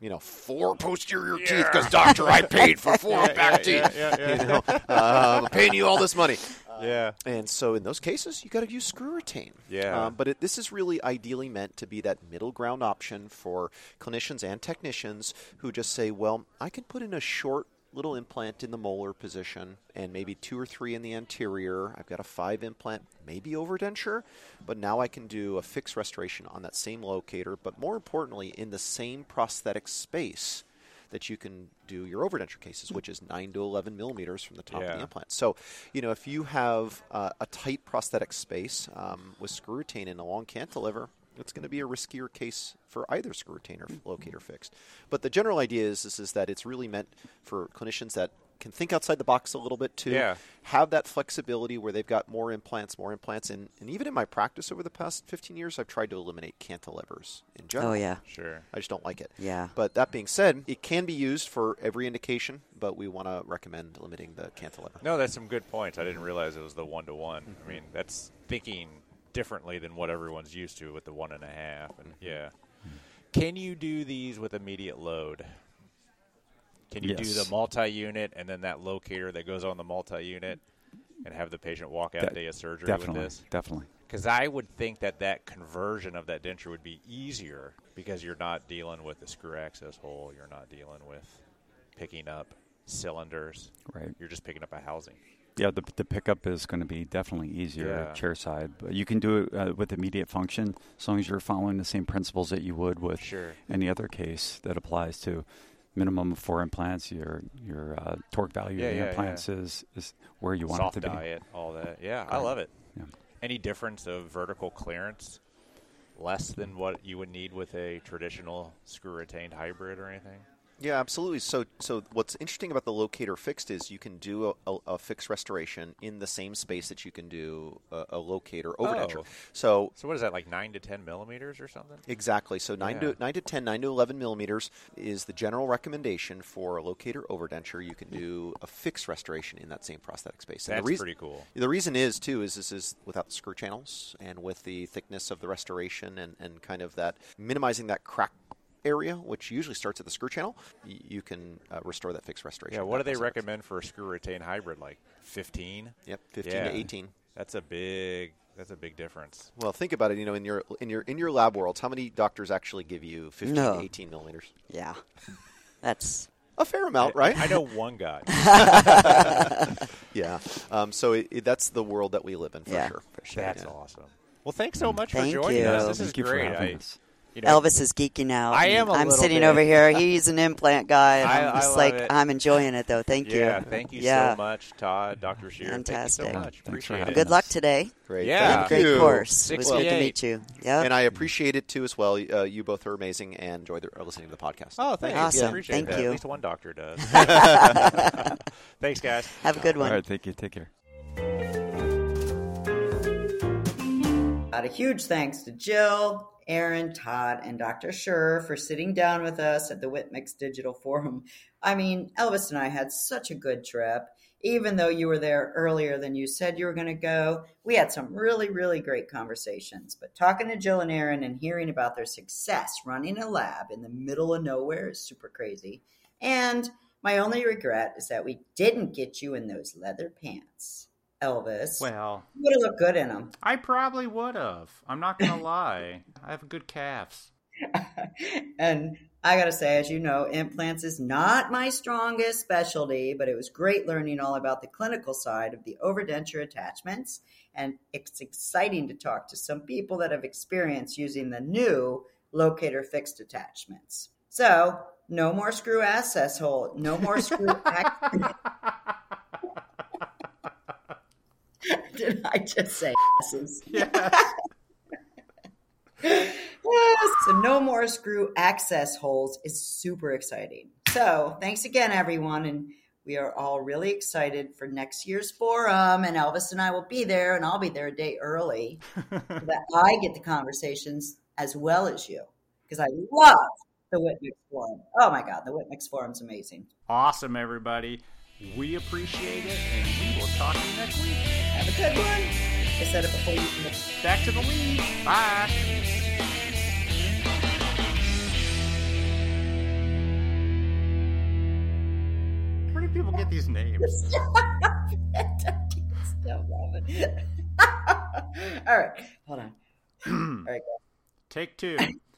S8: you know, four posterior teeth because doctor, I paid for four back teeth.
S6: yeah, yeah, yeah.
S8: You know, uh, I'm paying you all this money.
S6: Yeah.
S8: And so in those cases, you got to use screw retain.
S6: Yeah.
S8: Um, but it, this is really ideally meant to be that middle ground option for clinicians and technicians who just say, well, I can put in a short little implant in the molar position and maybe two or three in the anterior. I've got a five implant, maybe overdenture, but now I can do a fixed restoration on that same locator, but more importantly, in the same prosthetic space that you can do your overdenture cases, which is 9 to 11 millimeters from the top of
S6: Yeah.
S8: the implant. So, you know, if you have uh, a tight prosthetic space um, with screw retain and a long cantilever, it's going to be a riskier case for either screw retain or locator fixed. But the general idea is, is, is that it's really meant for clinicians that can think outside the box a little bit too
S6: Yeah.
S8: have that flexibility where they've got more implants more implants and, and even in my practice over the past 15 years i've tried to eliminate cantilevers in general
S4: Oh yeah.
S6: Sure.
S8: I just don't like it.
S4: Yeah.
S8: But that being said, it can be used for every indication, but we want to recommend limiting the cantilever.
S6: No, that's some good points. I didn't realize it was the one to one. I mean, that's thinking differently than what everyone's used to with the one and a half. And
S7: Mm-hmm.
S6: yeah, can you do these with immediate load? Can you do
S7: Yes.
S6: the multi-unit and then that locator that goes on the multi-unit and have the patient walk out
S7: That-
S6: day of surgery
S7: Definitely,
S6: with this?
S7: definitely.
S6: Because I would think that that conversion of that denture would be easier because you're not dealing with the screw access hole. You're not dealing with picking up cylinders.
S7: Right.
S6: You're just picking up a housing.
S7: Yeah, the, the pickup is going to be definitely easier
S6: Yeah.
S7: chair side, but you can do it uh, with immediate function as long as you're following the same principles that you would with
S6: Sure.
S7: any other case that applies to minimum of four implants. Your your uh, torque value
S6: Yeah,
S7: of the
S6: yeah,
S7: implants is is where you want
S6: Soft
S7: it to
S6: diet, all that. Yeah, I love it.
S7: Yeah.
S6: Any difference of vertical clearance? Less than what you would need with a traditional screw retained hybrid or anything?
S8: Yeah, absolutely. So, so what's interesting about the locator fixed is you can do a, a, a fixed restoration in the same space that you can do a, a locator overdenture.
S6: Oh.
S8: So
S6: So what is that, like 9 to 10 millimeters or something?
S8: Exactly. So nine
S6: Yeah.
S8: to nine to ten, nine to eleven millimeters is the general recommendation for a locator overdenture. You can do a fixed restoration in that same prosthetic space. the
S6: That's
S8: reason-
S6: pretty cool.
S8: The reason is too is this is without the screw channels and with the thickness of the restoration and, and kind of that minimizing that crack area, which usually starts at the screw channel. y- You can uh, restore that fixed restoration.
S6: Yeah,
S8: in
S6: what do
S8: that
S6: they
S8: prosthetic
S6: recommend for a screw retained hybrid? Like 15?
S8: space. Yep, fifteen
S6: Yeah.
S8: to eighteen.
S6: That's a big that's a big difference.
S8: Well, think about it. You know, in your in your in your lab worlds, how many doctors actually give you fifteen
S4: No.
S8: to eighteen millimeters?
S4: Yeah. That's
S8: A fair amount, right?
S6: I know one guy.
S8: Yeah. Um, so it, it, that's the world that we live in for
S4: Yeah,
S8: sure. For
S6: That's awesome. Well, thanks so much
S4: Thank
S6: for joining
S4: you.
S6: us.
S4: No,
S6: This is
S7: Mm, thank you for
S6: great.
S7: having
S6: I-
S7: us.
S6: you know,
S4: Elvis is geeking out.
S6: I am a
S4: I'm
S6: little
S4: sitting
S6: bit.
S4: over here. He's an implant guy. And
S6: I-
S4: I'm
S6: I
S4: just
S6: love
S4: like
S6: it.
S4: I'm enjoying it though. Thank you.
S6: Yeah, thank you
S4: Yeah.
S6: so much, Todd, Dr. Shear. Thank
S4: Fantastic.
S6: you so
S7: Yeah,
S6: much.
S7: thanks for
S6: Appreciate
S7: having
S6: it.
S7: us.
S4: Good luck today.
S8: Great.
S6: Yeah.
S8: Thank
S4: Great
S8: you.
S4: course. It was good to
S6: 68.
S4: meet you. Yep.
S8: And I appreciate it too as well. Uh, you both are amazing and enjoy the, uh, listening to the podcast.
S6: Oh, thanks.
S4: Awesome.
S6: Appreciate
S4: Thank
S6: that.
S4: you.
S6: At least one doctor does. thanks, guys.
S4: Have a good one.
S7: All right, thank you. Take care.
S2: Got a huge thanks to Jill, Aaron, Todd, and Dr. Schur for sitting down with us at the Whitmix Digital Forum. I mean, Elvis and I had such a good trip. Even though you were there earlier than you said you were going to go, we had some really, really great conversations. But talking to Jill and Aaron and hearing about their success running a lab in the middle of nowhere is super crazy. And my only regret is that we didn't get you in those leather pants. Elvis,
S1: Well,
S2: you would have looked good in them.
S1: I probably would have. I'm not going to lie. I have good calves.
S2: and I got to say, as you know, implants is not my strongest specialty, but it was great learning all about the clinical side of the overdenture attachments. And it's exciting to talk to some people that have experience using the new locator fixed attachments. So, no more screw access hole, no more screw. ac- Did I just say asses? Yes, so no more screw access holes is super exciting. So thanks again, everyone, and we are all really excited for next year's forum. And Elvis and I will be there, and I'll be there a day early so that I get the conversations as well as you because I love the Whitmix forum. Oh my God, the Whitmix forum's amazing.
S1: Awesome, everybody. We appreciate it, and we will talk to you next week.
S2: Have a good one. I said it before you can.
S1: Back to the lead. Bye. Where do people get these names?
S2: Stop laughing. All right, hold on. All right.
S1: Take two.